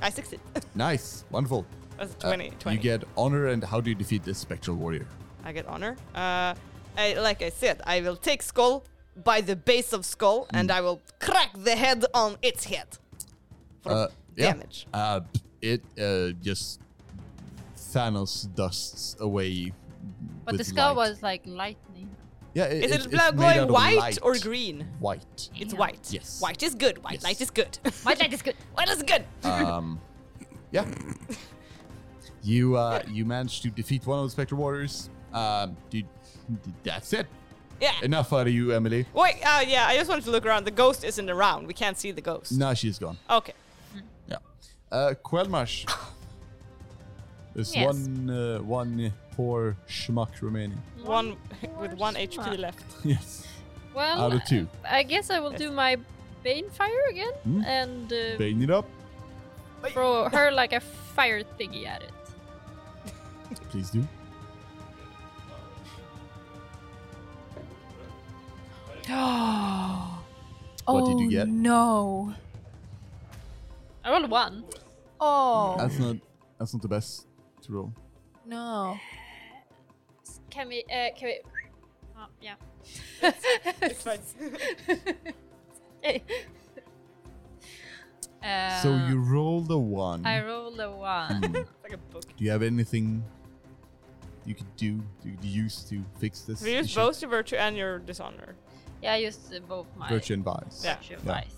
[SPEAKER 3] I succeed. [laughs]
[SPEAKER 1] Nice, wonderful.
[SPEAKER 3] That's
[SPEAKER 1] Uh,
[SPEAKER 3] 20, 20.
[SPEAKER 1] You get honor, and how do you defeat this spectral warrior?
[SPEAKER 3] I get honor. Uh, I, like I said, I will take skull by the base of skull
[SPEAKER 1] Hmm.
[SPEAKER 3] and I will crack the head on its head for
[SPEAKER 1] Uh, yeah.
[SPEAKER 3] damage.
[SPEAKER 1] Uh, it uh, just Thanos dusts away.
[SPEAKER 2] But
[SPEAKER 1] with
[SPEAKER 2] the skull
[SPEAKER 1] light.
[SPEAKER 2] was like lightning.
[SPEAKER 1] [laughs] Yeah, it, it-
[SPEAKER 3] Is
[SPEAKER 1] it's
[SPEAKER 3] it
[SPEAKER 1] made
[SPEAKER 3] black,
[SPEAKER 1] out
[SPEAKER 3] glowing
[SPEAKER 1] of
[SPEAKER 3] white
[SPEAKER 1] light.
[SPEAKER 3] or green?
[SPEAKER 1] White.
[SPEAKER 3] It's
[SPEAKER 2] Yeah.
[SPEAKER 3] white.
[SPEAKER 1] Yes.
[SPEAKER 3] White is good. White
[SPEAKER 1] Yes.
[SPEAKER 3] light is good. [laughs]
[SPEAKER 2] My light is good.
[SPEAKER 3] white is good.
[SPEAKER 1] Um,
[SPEAKER 3] [laughs]
[SPEAKER 1] yeah. You uh, you managed to defeat one of the Spectre Warriors. Um, dude, that's it.
[SPEAKER 3] yeah.
[SPEAKER 1] Enough out of you, Emily.
[SPEAKER 3] Wait. Uh, yeah. I just wanted to look around. The ghost isn't around. We can't see the ghost.
[SPEAKER 1] Now she's gone.
[SPEAKER 3] Okay.
[SPEAKER 1] Yeah. Uh,
[SPEAKER 3] [laughs]
[SPEAKER 1] Quelmash. There's
[SPEAKER 2] Yes.
[SPEAKER 1] one uh, one poor schmuck remaining.
[SPEAKER 3] One
[SPEAKER 2] One
[SPEAKER 3] [laughs] with one
[SPEAKER 2] more
[SPEAKER 3] HP
[SPEAKER 2] smack.
[SPEAKER 3] left.
[SPEAKER 1] yes.
[SPEAKER 2] Well,
[SPEAKER 1] Out of two.
[SPEAKER 2] I guess I will do my bane fire again
[SPEAKER 1] Hmm.
[SPEAKER 2] and uh,
[SPEAKER 1] Bane it up.
[SPEAKER 2] throw her like a fire thingy at it.
[SPEAKER 1] Please do. What did you get?
[SPEAKER 7] Oh, No.
[SPEAKER 2] I rolled one.
[SPEAKER 7] Oh
[SPEAKER 1] That's not that's not the best to roll.
[SPEAKER 7] no.
[SPEAKER 2] Can we? Uh, can we? Oh, yeah. [laughs]
[SPEAKER 3] It's fine.
[SPEAKER 2] Uh,
[SPEAKER 1] so you rolled a one.
[SPEAKER 2] I rolled a one.
[SPEAKER 1] Hmm.
[SPEAKER 3] It's like a book.
[SPEAKER 1] Do you have anything you could do, you could use to fix this?
[SPEAKER 3] We use
[SPEAKER 1] issue?
[SPEAKER 3] both your virtue and your dishonor.
[SPEAKER 2] yeah, I used uh, both my
[SPEAKER 1] Virtue and Vice.
[SPEAKER 3] Yeah.
[SPEAKER 2] virtue
[SPEAKER 1] Yeah.
[SPEAKER 2] dice,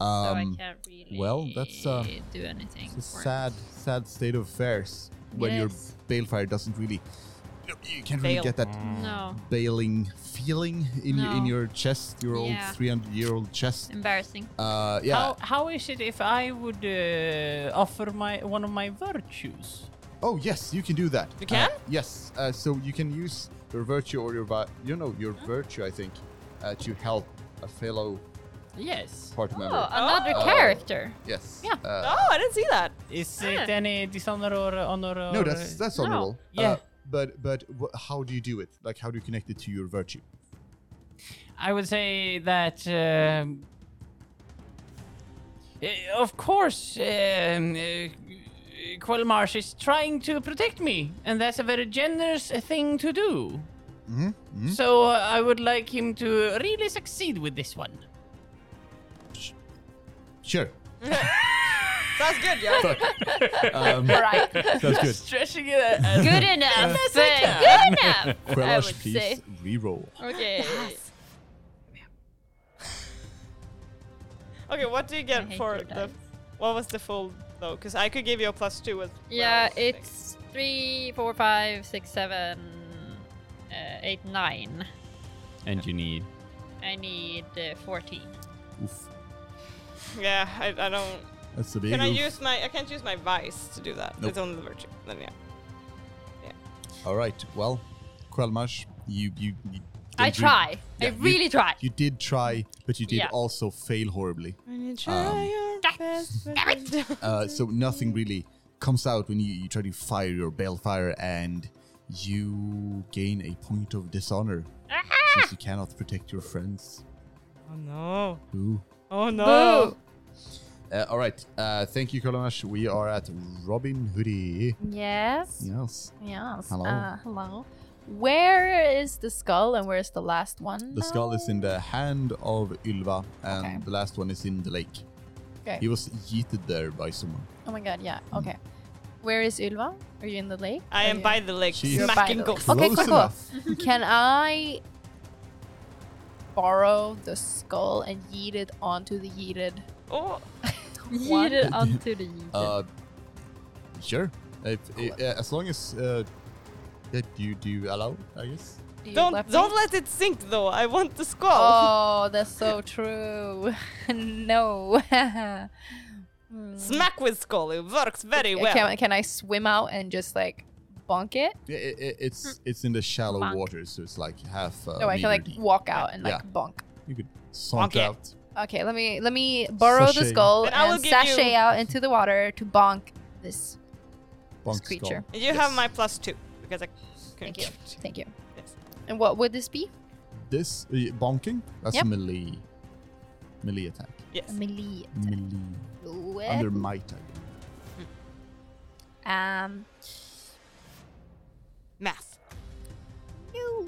[SPEAKER 2] so I
[SPEAKER 1] Um,
[SPEAKER 2] can't really.
[SPEAKER 1] well, that's, uh,
[SPEAKER 2] do anything.
[SPEAKER 1] it's a
[SPEAKER 2] for it.
[SPEAKER 1] sad, sad state of affairs when
[SPEAKER 2] Yes.
[SPEAKER 1] your balefire doesn't really. You can't really
[SPEAKER 3] Bale.
[SPEAKER 1] get that
[SPEAKER 8] Mm.
[SPEAKER 2] No,
[SPEAKER 1] bailing feeling in your in
[SPEAKER 2] Oh. No.
[SPEAKER 1] your chest, your
[SPEAKER 2] Yeah.
[SPEAKER 1] old 300 year old chest.
[SPEAKER 2] embarrassing.
[SPEAKER 1] Uh, yeah.
[SPEAKER 8] How, how is it if I would uh, offer my one of my virtues?
[SPEAKER 1] Oh yes, you can do that.
[SPEAKER 3] You
[SPEAKER 1] Uh,
[SPEAKER 3] can?
[SPEAKER 1] yes. Uh, so you can use your virtue or your vi- you know your virtue, I think, uh, to help a fellow
[SPEAKER 8] Yes.
[SPEAKER 1] party
[SPEAKER 2] Oh,
[SPEAKER 1] member.
[SPEAKER 2] another
[SPEAKER 1] Oh. [laughs]
[SPEAKER 2] character.
[SPEAKER 1] Yes.
[SPEAKER 2] Yeah.
[SPEAKER 1] Uh,
[SPEAKER 3] Oh, I didn't see that.
[SPEAKER 8] Is
[SPEAKER 2] Ah.
[SPEAKER 8] it any dishonor or honor? Or
[SPEAKER 1] No, that's that's
[SPEAKER 2] No.
[SPEAKER 1] honorable.
[SPEAKER 8] Yeah.
[SPEAKER 1] Uh, but but wh- how do you do it? Like how do you connect it to your virtue?
[SPEAKER 8] I would say that. Um, eh, of course, um, uh, Quelmarsh is trying to protect me, and that's a very generous thing to do.
[SPEAKER 1] Mm-hmm.
[SPEAKER 8] So uh, I would like him to really succeed with this one.
[SPEAKER 1] Sure.
[SPEAKER 3] Sounds good, yeah.
[SPEAKER 1] Um, [laughs]
[SPEAKER 7] Right.
[SPEAKER 8] [laughs]
[SPEAKER 1] that's
[SPEAKER 2] [laughs]
[SPEAKER 1] good.
[SPEAKER 8] Stretching it. As
[SPEAKER 2] Good enough. uh, good enough.
[SPEAKER 1] [laughs]
[SPEAKER 2] I
[SPEAKER 1] Quellash,
[SPEAKER 2] would
[SPEAKER 1] please
[SPEAKER 2] say.
[SPEAKER 1] re-roll.
[SPEAKER 2] Okay.
[SPEAKER 3] Okay, what do you
[SPEAKER 2] I
[SPEAKER 3] get
[SPEAKER 2] hate
[SPEAKER 3] for
[SPEAKER 2] your
[SPEAKER 3] the?
[SPEAKER 2] dice.
[SPEAKER 3] What was the full though? Because I could give you a plus two as. well, I
[SPEAKER 2] Yeah,
[SPEAKER 3] think.
[SPEAKER 2] it's three, four, five, six, seven, uh, eight, nine.
[SPEAKER 8] and you need.
[SPEAKER 2] I need uh, fourteen.
[SPEAKER 1] Oof.
[SPEAKER 3] Yeah, I, I don't.
[SPEAKER 1] That's a big.
[SPEAKER 3] Can I
[SPEAKER 1] oof.
[SPEAKER 3] use my? I can't use my vice to do that.
[SPEAKER 1] Nope.
[SPEAKER 3] It's only the virtue. Then yeah.
[SPEAKER 1] All right. Well, Quelmash, you you. you
[SPEAKER 2] I
[SPEAKER 1] you-
[SPEAKER 2] try.
[SPEAKER 1] yeah,
[SPEAKER 2] I
[SPEAKER 1] you-
[SPEAKER 2] really try. [laughs]
[SPEAKER 1] You did try, but you did
[SPEAKER 2] Yeah.
[SPEAKER 1] also fail horribly.
[SPEAKER 3] When you
[SPEAKER 1] try Um,
[SPEAKER 3] your best,
[SPEAKER 1] Uh, so nothing really comes out when you, you try to fire your balefire, and you gain a point of dishonor since you cannot protect your friends.
[SPEAKER 3] Oh no!
[SPEAKER 1] Ooh.
[SPEAKER 3] Oh no!
[SPEAKER 1] Uh, all right. Uh, thank you, Kolomash. We are at Robin Hoodie.
[SPEAKER 7] Yes.
[SPEAKER 1] Yes.
[SPEAKER 7] Yes.
[SPEAKER 1] Hello.
[SPEAKER 7] Uh, hello. Where is the skull and where is the last one?
[SPEAKER 1] The skull is in the hand of Ylva, and
[SPEAKER 7] Okay.
[SPEAKER 1] the last one is in the lake.
[SPEAKER 7] Okay.
[SPEAKER 1] He was yeeted there by someone.
[SPEAKER 7] Oh my god, yeah. Okay. Where is Ulva? Are you in the lake?
[SPEAKER 3] I
[SPEAKER 7] Are
[SPEAKER 3] am
[SPEAKER 7] you-
[SPEAKER 3] by the lake,
[SPEAKER 1] She's- You're
[SPEAKER 3] smacking
[SPEAKER 7] Oh, by the lake.
[SPEAKER 3] ghosts.
[SPEAKER 7] Okay,
[SPEAKER 1] Close
[SPEAKER 7] cool, cool.
[SPEAKER 1] enough.
[SPEAKER 7] Can I borrow the skull and yeet it onto the yeeted?
[SPEAKER 3] Oh,
[SPEAKER 2] Yeet it onto the yeet.
[SPEAKER 1] Uh, sure. If, i- uh, as long as uh, that you do allow, I guess.
[SPEAKER 7] Do you
[SPEAKER 3] don't
[SPEAKER 7] left
[SPEAKER 3] don't
[SPEAKER 7] me?
[SPEAKER 3] let it sink though. I want the skull.
[SPEAKER 7] Oh, that's so true. [laughs] no. Hmm.
[SPEAKER 3] Smack with skull. It works very
[SPEAKER 7] Uh,
[SPEAKER 3] well.
[SPEAKER 7] Can, can I swim out and just like bonk it?
[SPEAKER 1] Yeah, i i it's it's in the shallow
[SPEAKER 2] Hmm. Bonk.
[SPEAKER 1] water, so it's like half. Uh,
[SPEAKER 7] No, I can
[SPEAKER 1] meter
[SPEAKER 7] like
[SPEAKER 1] deep.
[SPEAKER 7] walk out and like
[SPEAKER 1] Yeah.
[SPEAKER 7] bonk.
[SPEAKER 1] You could saunter
[SPEAKER 3] it.
[SPEAKER 1] out.
[SPEAKER 7] Okay, let me let me borrow the
[SPEAKER 1] Sashay.
[SPEAKER 7] skull
[SPEAKER 3] Then I will
[SPEAKER 7] and
[SPEAKER 3] give you-
[SPEAKER 7] sashay out into the water to bonk this.
[SPEAKER 1] Bonk
[SPEAKER 7] creature.
[SPEAKER 1] skull.
[SPEAKER 3] you have my plus two because I.
[SPEAKER 7] Thank you. Thank you.
[SPEAKER 3] Yes.
[SPEAKER 7] And what would this be?
[SPEAKER 1] This uh, bonking. That's
[SPEAKER 7] Yep.
[SPEAKER 1] melee. Melee attack.
[SPEAKER 3] Yes.
[SPEAKER 7] A melee.
[SPEAKER 1] Melee.
[SPEAKER 7] What?
[SPEAKER 1] Under might. I believe.
[SPEAKER 7] Um.
[SPEAKER 3] Math.
[SPEAKER 7] No.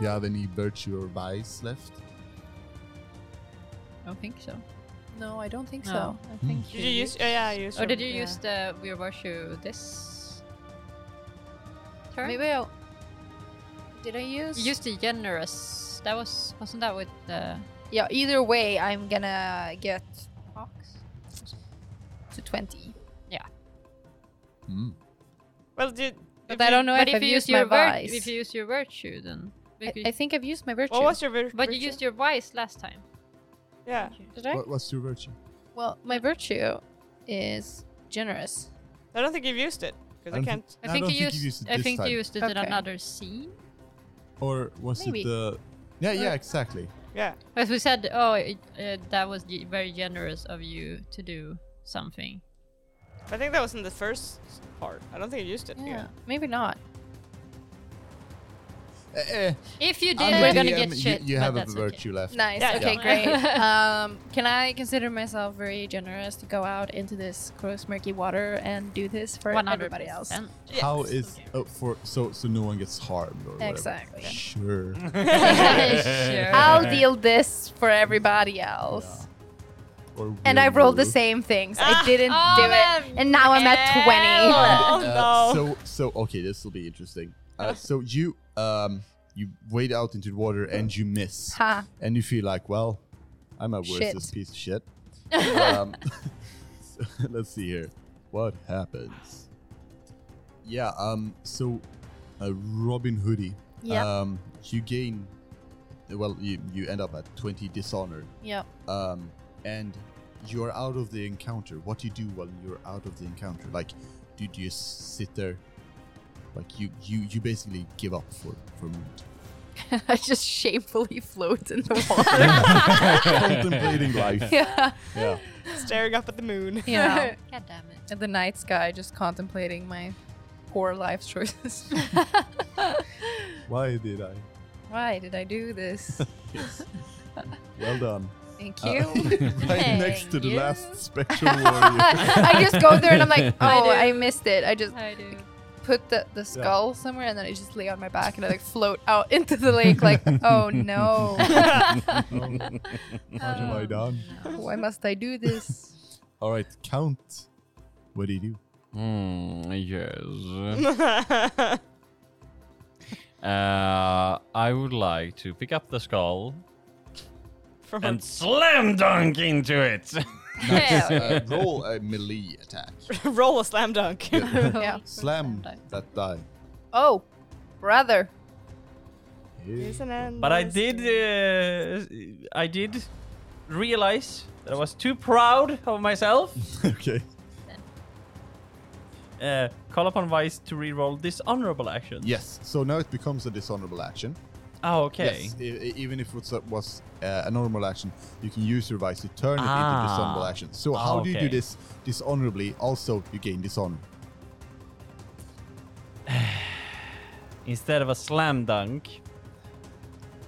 [SPEAKER 1] Do you have any virtue or vice left?
[SPEAKER 2] I don't think so.
[SPEAKER 7] No, I don't think
[SPEAKER 2] No.
[SPEAKER 1] Hmm.
[SPEAKER 2] I think
[SPEAKER 3] Did you use? Oh, yeah, I used.
[SPEAKER 2] Or did you
[SPEAKER 7] Yeah.
[SPEAKER 2] use the we wash you this
[SPEAKER 7] so.
[SPEAKER 2] turn?
[SPEAKER 7] Maybe I'll. Did I use?
[SPEAKER 2] You used the generous. That was wasn't that with the
[SPEAKER 7] yeah. Either way, I'm gonna get to twenty.
[SPEAKER 1] Hmm.
[SPEAKER 3] Well, did.
[SPEAKER 7] But
[SPEAKER 3] if
[SPEAKER 7] I
[SPEAKER 3] you-
[SPEAKER 7] don't know
[SPEAKER 2] But
[SPEAKER 7] if, I've
[SPEAKER 2] you
[SPEAKER 7] used
[SPEAKER 2] use
[SPEAKER 7] my
[SPEAKER 2] your vir-
[SPEAKER 7] vice.
[SPEAKER 2] if you use your virtue, then
[SPEAKER 7] I,
[SPEAKER 2] because-
[SPEAKER 7] I think I've used my virtue.
[SPEAKER 3] What was your vir-
[SPEAKER 2] but you
[SPEAKER 3] virtue?
[SPEAKER 2] used your wise last time.
[SPEAKER 3] Yeah,
[SPEAKER 7] Did I?
[SPEAKER 2] Eh?
[SPEAKER 1] What, what's your virtue?
[SPEAKER 7] Well, my virtue is generous.
[SPEAKER 3] I don't think you've used it
[SPEAKER 1] I
[SPEAKER 3] because I,
[SPEAKER 1] don't
[SPEAKER 3] can't.
[SPEAKER 1] I
[SPEAKER 2] I think
[SPEAKER 1] don't think
[SPEAKER 2] you
[SPEAKER 1] you
[SPEAKER 2] used.
[SPEAKER 1] used it
[SPEAKER 2] I
[SPEAKER 1] this
[SPEAKER 2] think
[SPEAKER 1] time.
[SPEAKER 2] you used it in
[SPEAKER 7] Okay.
[SPEAKER 2] another scene.
[SPEAKER 1] Or was
[SPEAKER 7] Maybe.
[SPEAKER 1] it the? Yeah, yeah, exactly.
[SPEAKER 3] Yeah.
[SPEAKER 2] As we said, oh, it, uh, that was ge- very generous of you to do something.
[SPEAKER 3] I think that was in the first part. I don't think you used it.
[SPEAKER 7] Yeah,
[SPEAKER 3] Yeah.
[SPEAKER 7] maybe not.
[SPEAKER 1] Eh, eh,
[SPEAKER 2] If you
[SPEAKER 1] I'm
[SPEAKER 2] did, we're
[SPEAKER 1] the
[SPEAKER 2] gonna
[SPEAKER 1] DM,
[SPEAKER 2] get shit.
[SPEAKER 1] You, you
[SPEAKER 2] but
[SPEAKER 1] have a
[SPEAKER 2] that's okay.
[SPEAKER 1] virtue left.
[SPEAKER 7] Nice.
[SPEAKER 3] Yeah,
[SPEAKER 7] okay,
[SPEAKER 2] yeah.
[SPEAKER 3] [laughs]
[SPEAKER 7] great. um, can I consider myself very generous to go out into this gross, murky water and do this for everybody else?
[SPEAKER 2] [laughs] 100%.
[SPEAKER 1] How is oh, for so so no one gets harmed or whatever.
[SPEAKER 7] Exactly.
[SPEAKER 1] Sure.
[SPEAKER 4] [laughs]
[SPEAKER 2] Sure.
[SPEAKER 7] I'll deal this for everybody else.
[SPEAKER 1] Or
[SPEAKER 7] And I
[SPEAKER 1] will
[SPEAKER 7] rolled the
[SPEAKER 1] you?
[SPEAKER 7] same things.
[SPEAKER 3] Ah,
[SPEAKER 7] I didn't do it. And now I'm at 20.
[SPEAKER 3] [laughs] Oh,
[SPEAKER 1] Uh,
[SPEAKER 3] no.
[SPEAKER 1] So so okay, this will be interesting. Uh, so you um you wade out into the water and you miss,
[SPEAKER 7] Ha.
[SPEAKER 1] and you feel like, well, I'm a
[SPEAKER 7] Shit.
[SPEAKER 1] worthless piece of shit. um, [laughs] so, let's see here, what happens? Yeah. Um. So, uh, Robin Hoodie.
[SPEAKER 7] Yeah.
[SPEAKER 1] Um. You gain. Well, you you end up at twenty dishonor.
[SPEAKER 7] Yep.
[SPEAKER 1] Um. And you're out of the encounter. What do you do while you're out of the encounter? Like, do you just sit there? Like you you you basically give up for for a moment.
[SPEAKER 7] [laughs] I just shamefully [laughs] float in the water.
[SPEAKER 1] contemplating life.
[SPEAKER 7] [laughs] yeah.
[SPEAKER 1] Yeah.
[SPEAKER 3] Staring up at the moon. [laughs]
[SPEAKER 4] [laughs]
[SPEAKER 7] Yeah.
[SPEAKER 2] God damn it.
[SPEAKER 7] And [laughs] the night sky just contemplating my poor life
[SPEAKER 3] [laughs]
[SPEAKER 7] choices.
[SPEAKER 1] Why did I?
[SPEAKER 7] Why did I do [laughs] this?
[SPEAKER 1] Yes. Well done.
[SPEAKER 7] Thank
[SPEAKER 1] Uh, [laughs]
[SPEAKER 7] you.
[SPEAKER 1] right next to the
[SPEAKER 7] Thank you.
[SPEAKER 1] last spectral warrior.
[SPEAKER 7] [laughs] I just go there and I'm
[SPEAKER 4] [laughs]
[SPEAKER 7] like,
[SPEAKER 2] I
[SPEAKER 7] oh,
[SPEAKER 2] do.
[SPEAKER 7] I, missed it. I just
[SPEAKER 2] I do. [laughs]
[SPEAKER 7] put the, the skull somewhere and then I just lay on my back and I like float out [laughs] into the lake
[SPEAKER 1] [laughs]
[SPEAKER 7] like,
[SPEAKER 4] [laughs]
[SPEAKER 7] oh no,
[SPEAKER 1] What
[SPEAKER 2] Um,
[SPEAKER 1] have I done?
[SPEAKER 7] why must I do this?
[SPEAKER 1] All right, count. What do you do?
[SPEAKER 10] Hmm, yes.
[SPEAKER 3] yeah,
[SPEAKER 8] Uh, I would like to pick up the skull
[SPEAKER 3] From
[SPEAKER 8] and slam dunk into it.
[SPEAKER 1] Uh, roll a melee
[SPEAKER 7] [laughs]
[SPEAKER 1] attack.
[SPEAKER 3] [laughs] roll a slam dunk. [laughs]
[SPEAKER 4] [laughs]
[SPEAKER 7] Yeah.
[SPEAKER 1] Slam that die.
[SPEAKER 7] Oh, brother.
[SPEAKER 3] Here's an end.
[SPEAKER 8] [laughs] but I did, uh, I did realize that I was too proud of myself.
[SPEAKER 1] [laughs] okay.
[SPEAKER 8] Uh, call upon Vice to reroll dishonorable action.
[SPEAKER 1] Yes. So now it becomes a dishonorable action.
[SPEAKER 8] Oh, okay.
[SPEAKER 1] Yes. e- e- even if it was uh, a normal action, you can use your vice to turn it
[SPEAKER 8] Ah.
[SPEAKER 1] into dishonorable action. So how do you do
[SPEAKER 8] Okay.
[SPEAKER 1] this dishonorably? Also, you gain dishonor.
[SPEAKER 8] Instead of a slam dunk,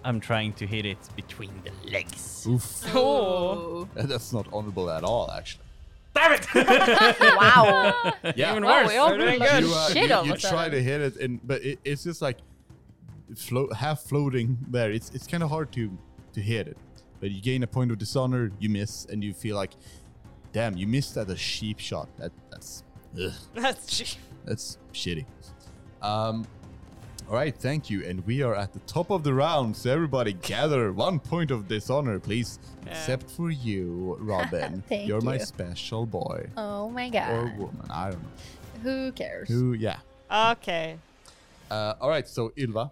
[SPEAKER 8] I'm trying to hit it between the legs.
[SPEAKER 1] Oof.
[SPEAKER 3] Oh.
[SPEAKER 1] [laughs]
[SPEAKER 8] [laughs]
[SPEAKER 1] That's not honorable at all, actually.
[SPEAKER 9] Damn it!
[SPEAKER 4] Wow.
[SPEAKER 1] Yeah.
[SPEAKER 8] Even
[SPEAKER 4] Wow,
[SPEAKER 8] worse.
[SPEAKER 4] we all
[SPEAKER 9] We're
[SPEAKER 4] grew
[SPEAKER 9] doing
[SPEAKER 4] like
[SPEAKER 9] good.
[SPEAKER 1] You, uh,
[SPEAKER 4] shit
[SPEAKER 1] you,
[SPEAKER 4] all
[SPEAKER 1] you
[SPEAKER 4] of a
[SPEAKER 1] try
[SPEAKER 4] sudden.
[SPEAKER 1] to hit it, and but it, it's just like float, half floating there. It's it's kind of hard to to hit it, but you gain a point of dishonor. You miss, and you feel like, damn, you missed at a sheep shot. That that's ugh,
[SPEAKER 3] [laughs] That's cheap.
[SPEAKER 1] that's shitty. Um, all right, thank you, and we are at the top of the round. So everybody, gather one point of dishonor, please, except for you, Robin.
[SPEAKER 7] [laughs] Thank
[SPEAKER 1] You're my
[SPEAKER 7] you.
[SPEAKER 1] special boy
[SPEAKER 7] Oh my
[SPEAKER 1] or
[SPEAKER 7] god.
[SPEAKER 1] woman. I don't know
[SPEAKER 7] Who cares?
[SPEAKER 1] who. Yeah.
[SPEAKER 3] Okay.
[SPEAKER 1] Uh, all right, so Ilva,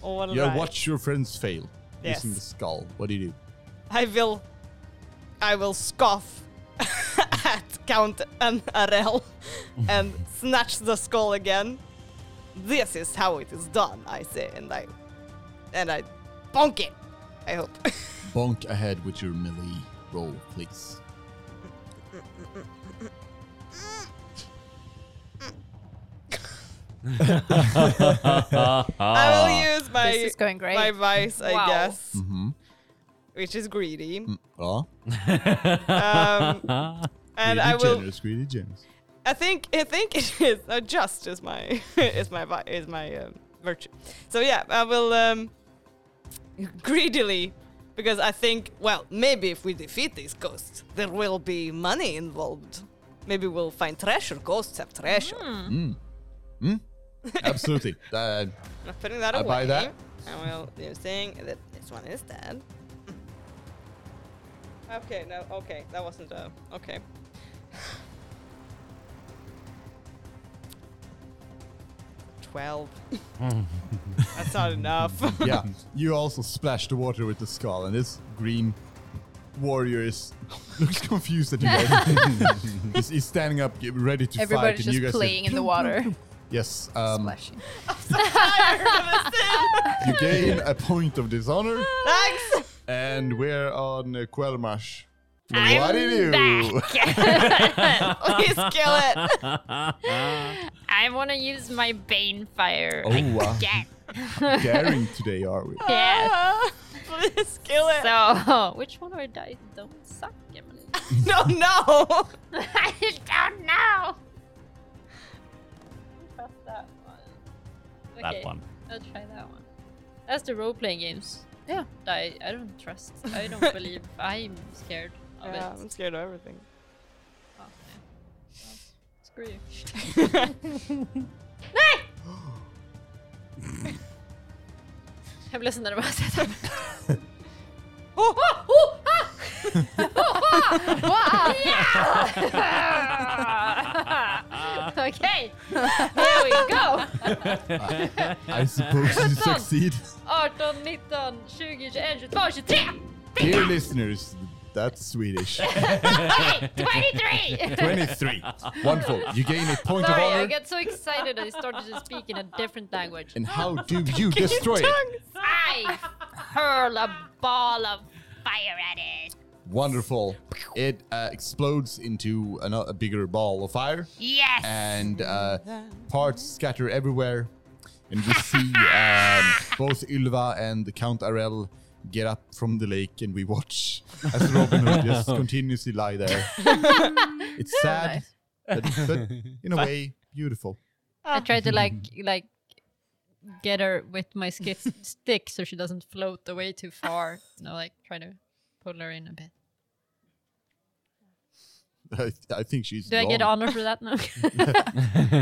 [SPEAKER 3] All
[SPEAKER 1] you
[SPEAKER 3] right.
[SPEAKER 1] watch your friends fail using
[SPEAKER 3] Yes.
[SPEAKER 1] the skull. What do you do?
[SPEAKER 3] I will. I will scoff [laughs] at Count and Arel
[SPEAKER 1] [laughs]
[SPEAKER 3] and snatch the skull again. This is how it is done, I say, and I. And I bonk it. I hope. [laughs]
[SPEAKER 1] Bonk ahead with your melee roll, please.
[SPEAKER 3] I will use my
[SPEAKER 4] This is going great.
[SPEAKER 3] my vice, I
[SPEAKER 4] Wow.
[SPEAKER 3] guess,
[SPEAKER 1] Ah. Mm-hmm.
[SPEAKER 3] which is greedy.
[SPEAKER 1] Oh, [laughs]
[SPEAKER 3] Um, and I will.
[SPEAKER 1] generous, greedy generous.
[SPEAKER 3] I think I think it [laughs] is uh, just is my [laughs] is my vi- is my um, virtue. So yeah, I will um, [laughs] greedily because I think well maybe if we defeat these ghosts there will be money involved. Maybe we'll find treasure. Ghosts have treasure. [laughs]
[SPEAKER 1] Absolutely. Uh,
[SPEAKER 3] I'm putting that
[SPEAKER 1] I
[SPEAKER 3] away.
[SPEAKER 1] buy that.
[SPEAKER 3] I will using that this one is dead. [laughs] Okay, no, okay, that wasn't a okay. [sighs] Twelve. That's not enough. [laughs]
[SPEAKER 1] yeah, you also splash the water with the skull, and this green warrior is [laughs] looks confused at you guys.
[SPEAKER 3] [laughs]
[SPEAKER 1] he's, he's standing up, get ready to fight,
[SPEAKER 4] Everybody's
[SPEAKER 1] and you
[SPEAKER 4] just
[SPEAKER 1] guys are-
[SPEAKER 4] playing
[SPEAKER 1] [laughs]
[SPEAKER 4] in the water.
[SPEAKER 1] Yes, um,
[SPEAKER 4] Splashing.
[SPEAKER 1] you gain a point of dishonor,
[SPEAKER 3] Thanks.
[SPEAKER 1] and we're on uh, Quelmash.
[SPEAKER 2] I'm
[SPEAKER 1] what do you do? [laughs]
[SPEAKER 8] [laughs]
[SPEAKER 3] Please kill it.
[SPEAKER 2] [laughs] I want to use my Bane Fire.
[SPEAKER 1] Oh, wow.
[SPEAKER 2] Again.
[SPEAKER 1] Daring today, are we?
[SPEAKER 2] Yeah.
[SPEAKER 3] [laughs] Please kill it.
[SPEAKER 2] [laughs] So, [laughs] which one of our dice don't suck, Emily? [laughs]
[SPEAKER 3] no, no.
[SPEAKER 2] I don't know. Trust that one.
[SPEAKER 8] that one.
[SPEAKER 2] I'll try that one. That's the role playing games.
[SPEAKER 4] Yeah.
[SPEAKER 2] I, I don't trust. I
[SPEAKER 8] [laughs]
[SPEAKER 2] don't believe. I'm scared of
[SPEAKER 3] Yeah,
[SPEAKER 2] it.
[SPEAKER 3] I'm scared of everything.
[SPEAKER 2] Oh, yeah. Well, screw you. [laughs] [gasps] Jag blir ledsen när det [laughs] bara sätter
[SPEAKER 3] Oh, oh, oh,
[SPEAKER 2] [laughs]
[SPEAKER 3] ah.
[SPEAKER 2] Oh, ah! Okej! There we go!
[SPEAKER 1] I suppose you succeed.
[SPEAKER 2] 18, 19, 20, 21, 22, 23!
[SPEAKER 1] Dear listeners, that's
[SPEAKER 2] [laughs]
[SPEAKER 1] Swedish.
[SPEAKER 2] 23!
[SPEAKER 1] 23. Wonderful. You gain a point
[SPEAKER 2] Sorry,
[SPEAKER 1] of honor.
[SPEAKER 2] I got so excited I started to speak in a different language.
[SPEAKER 1] And
[SPEAKER 2] [laughs]
[SPEAKER 1] how do you destroy it?
[SPEAKER 2] I hurl a ball of fire at it.
[SPEAKER 1] Wonderful. It uh, explodes into ano- a bigger ball of fire,
[SPEAKER 2] Yes!
[SPEAKER 1] and uh, parts scatter everywhere. And we see [laughs] um, both Ylva and the Count Arel get up from the lake, and we watch as Robin Hood just continuously lie
[SPEAKER 2] [laughs]
[SPEAKER 1] there. It's sad, but, but in a way, beautiful.
[SPEAKER 2] I tried to
[SPEAKER 1] [laughs]
[SPEAKER 2] like like get her with my ski- stick so she doesn't float away too far. You know, like try to pull her in a bit.
[SPEAKER 1] I, I think she's.
[SPEAKER 2] Do I get
[SPEAKER 1] gone.
[SPEAKER 2] honor for
[SPEAKER 1] [laughs]
[SPEAKER 2] that now?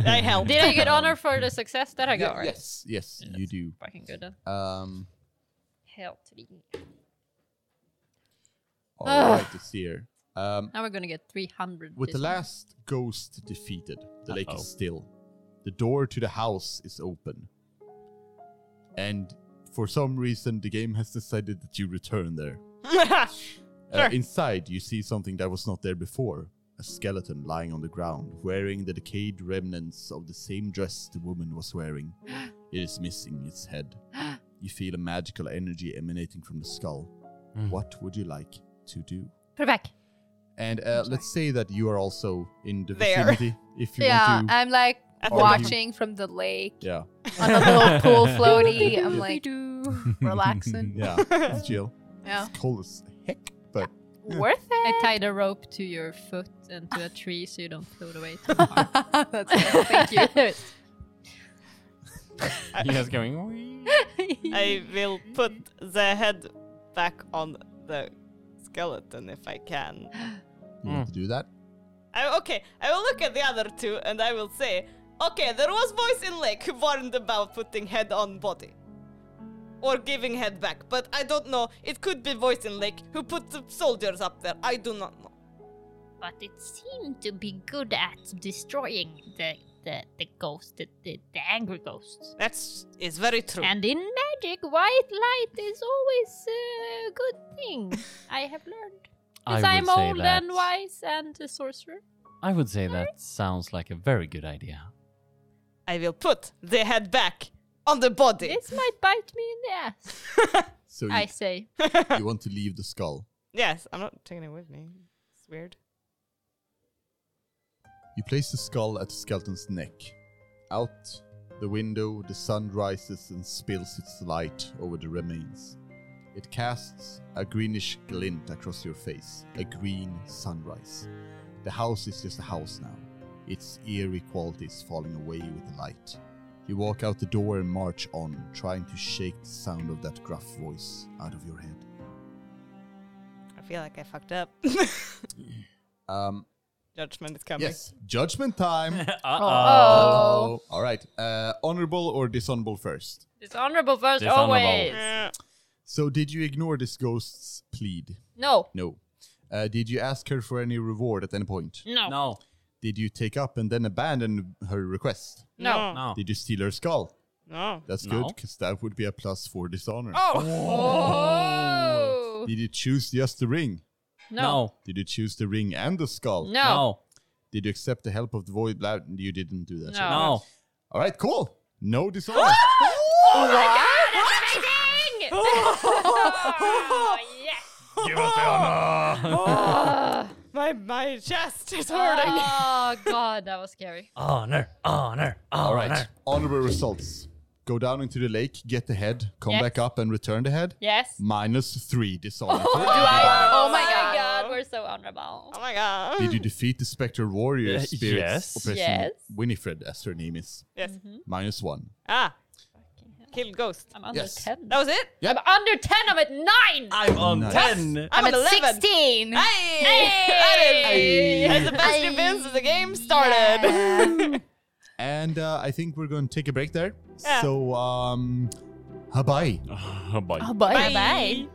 [SPEAKER 3] I helped.
[SPEAKER 2] Did
[SPEAKER 3] [laughs]
[SPEAKER 2] I get honor for the success that I
[SPEAKER 1] Ye-
[SPEAKER 2] got? right?
[SPEAKER 1] Yes, yes, you do.
[SPEAKER 2] Fucking good. Then.
[SPEAKER 1] Um,
[SPEAKER 2] Hell to the
[SPEAKER 1] all right, it's here. Um,
[SPEAKER 2] Now we're gonna get 300.
[SPEAKER 1] with the
[SPEAKER 2] this month.
[SPEAKER 1] last ghost defeated, the lake
[SPEAKER 8] Uh-oh.
[SPEAKER 1] is still. The door to the house is open, and for some reason, the game has decided that you return there. Uh, inside, you see something that was not there before. A skeleton lying on the ground, wearing the decayed remnants of the same dress the woman was wearing. it is missing its head. you feel a magical energy emanating from the skull. What would you like to do?
[SPEAKER 2] Put it back.
[SPEAKER 1] And uh, let's say that you are also in the
[SPEAKER 3] There.
[SPEAKER 1] vicinity if you
[SPEAKER 4] Yeah,
[SPEAKER 1] want to.
[SPEAKER 4] I'm like
[SPEAKER 1] the
[SPEAKER 4] watching from the lake
[SPEAKER 1] yeah,
[SPEAKER 4] on a little
[SPEAKER 1] [laughs]
[SPEAKER 4] pool floaty. I'm
[SPEAKER 7] [laughs]
[SPEAKER 4] like relaxing.
[SPEAKER 1] yeah, it's chill.
[SPEAKER 4] Yeah.
[SPEAKER 1] Cold as heck, but
[SPEAKER 7] Worth
[SPEAKER 2] I
[SPEAKER 7] it.
[SPEAKER 2] tied a rope to your foot and to a tree so you don't float
[SPEAKER 1] [laughs]
[SPEAKER 2] away too far. [laughs]
[SPEAKER 7] That's it. Thank you.
[SPEAKER 5] He is going.
[SPEAKER 3] I will put the head back on the skeleton if I can.
[SPEAKER 1] You want to do that?
[SPEAKER 3] I, okay, I will look at the other two and I will say, okay, there was voice in Lake who warned about putting head on body. Or giving head back, but I don't know. It could be voice in Lake who put the soldiers up there. I do not know.
[SPEAKER 11] but it seemed to be good at destroying the the, the ghost, the, the, the angry ghosts.
[SPEAKER 3] That's is very true.
[SPEAKER 11] And in magic, white light is always a good thing. I have learned.
[SPEAKER 2] Because
[SPEAKER 12] I
[SPEAKER 2] I'm
[SPEAKER 12] would say
[SPEAKER 2] old
[SPEAKER 12] that-
[SPEAKER 2] and wise and a sorcerer.
[SPEAKER 12] I would say that sounds
[SPEAKER 8] [laughs]
[SPEAKER 12] like a very good idea.
[SPEAKER 3] I will put the head back on the body.
[SPEAKER 2] This might bite me in the ass,
[SPEAKER 1] So you,
[SPEAKER 2] I say.
[SPEAKER 1] you want to leave the skull.
[SPEAKER 3] Yes, I'm not taking it with me. It's weird.
[SPEAKER 1] You place the skull at the skeleton's neck. Out the window, the sun rises and spills its light over the remains. It casts a greenish glint across your face, a green sunrise. The house is just a house now, its eerie qualities falling away with the light. You walk out the door and march on, trying to shake the sound of that gruff voice out of your head.
[SPEAKER 3] I feel like I fucked up. [laughs]
[SPEAKER 1] Um,
[SPEAKER 3] Judgment is coming.
[SPEAKER 1] yes, judgment
[SPEAKER 8] [laughs]
[SPEAKER 1] time.
[SPEAKER 7] Oh.
[SPEAKER 1] All right, uh, honorable or dishonorable first?
[SPEAKER 2] Dishonorable first
[SPEAKER 12] Dishonorable.
[SPEAKER 2] always.
[SPEAKER 3] Eh,
[SPEAKER 1] So, did you ignore this ghost's plead?
[SPEAKER 2] No.
[SPEAKER 1] No. Uh, did you ask her for any reward at any point?
[SPEAKER 11] No.
[SPEAKER 12] No,
[SPEAKER 1] Did you take up and then abandon her request?
[SPEAKER 2] No.
[SPEAKER 12] no.
[SPEAKER 1] Did you steal her skull?
[SPEAKER 3] No.
[SPEAKER 1] That's
[SPEAKER 12] No.
[SPEAKER 1] good, because that would be a plus for dishonor.
[SPEAKER 2] Oh.
[SPEAKER 1] Did you choose just the ring?
[SPEAKER 2] No.
[SPEAKER 12] No.
[SPEAKER 1] Did you choose the ring and the skull?
[SPEAKER 2] No.
[SPEAKER 12] No.
[SPEAKER 1] Did you accept the help of the void? Blah, you didn't do that.
[SPEAKER 2] No.
[SPEAKER 8] Oh,
[SPEAKER 1] right?
[SPEAKER 12] No.
[SPEAKER 1] All right, cool. No
[SPEAKER 2] [laughs]
[SPEAKER 1] dishonor.
[SPEAKER 11] Oh [laughs]
[SPEAKER 5] Give us the honor.
[SPEAKER 3] My my chest
[SPEAKER 2] Ah.
[SPEAKER 3] is hurting.
[SPEAKER 2] Oh god, that was scary.
[SPEAKER 5] Honor, honor,
[SPEAKER 1] All right. Honorable results. Go down into the lake, get the head, come
[SPEAKER 2] Yes.
[SPEAKER 1] back up, and return the head.
[SPEAKER 2] Yes.
[SPEAKER 1] Minus three
[SPEAKER 2] [laughs]
[SPEAKER 1] dishonor.
[SPEAKER 2] Oh,
[SPEAKER 7] my
[SPEAKER 2] my
[SPEAKER 7] God.
[SPEAKER 2] god, we're so honorable.
[SPEAKER 3] Oh my god.
[SPEAKER 1] Did you defeat the Spectre Warrior
[SPEAKER 5] Uh,
[SPEAKER 1] spirit?
[SPEAKER 5] yes.
[SPEAKER 1] Operation
[SPEAKER 2] Yes.
[SPEAKER 1] Winifred, as her name is.
[SPEAKER 3] Yes.
[SPEAKER 1] Minus one.
[SPEAKER 3] Ah. Kill ghost.
[SPEAKER 2] I'm under
[SPEAKER 1] Yes.
[SPEAKER 2] 10.
[SPEAKER 3] That was it.
[SPEAKER 2] I'm under 10, I'm at 9!
[SPEAKER 9] I'm on
[SPEAKER 1] Nice.
[SPEAKER 9] 10.
[SPEAKER 3] I'm,
[SPEAKER 7] I'm
[SPEAKER 3] at
[SPEAKER 7] at
[SPEAKER 3] 11.
[SPEAKER 7] 16.
[SPEAKER 3] Hey! That is that's the best you've been since the game started. [laughs]
[SPEAKER 1] And uh, I think we're going to take a break there.
[SPEAKER 3] Yeah.
[SPEAKER 1] So, um, bye.
[SPEAKER 12] Bye.
[SPEAKER 7] Bye.
[SPEAKER 3] Bye.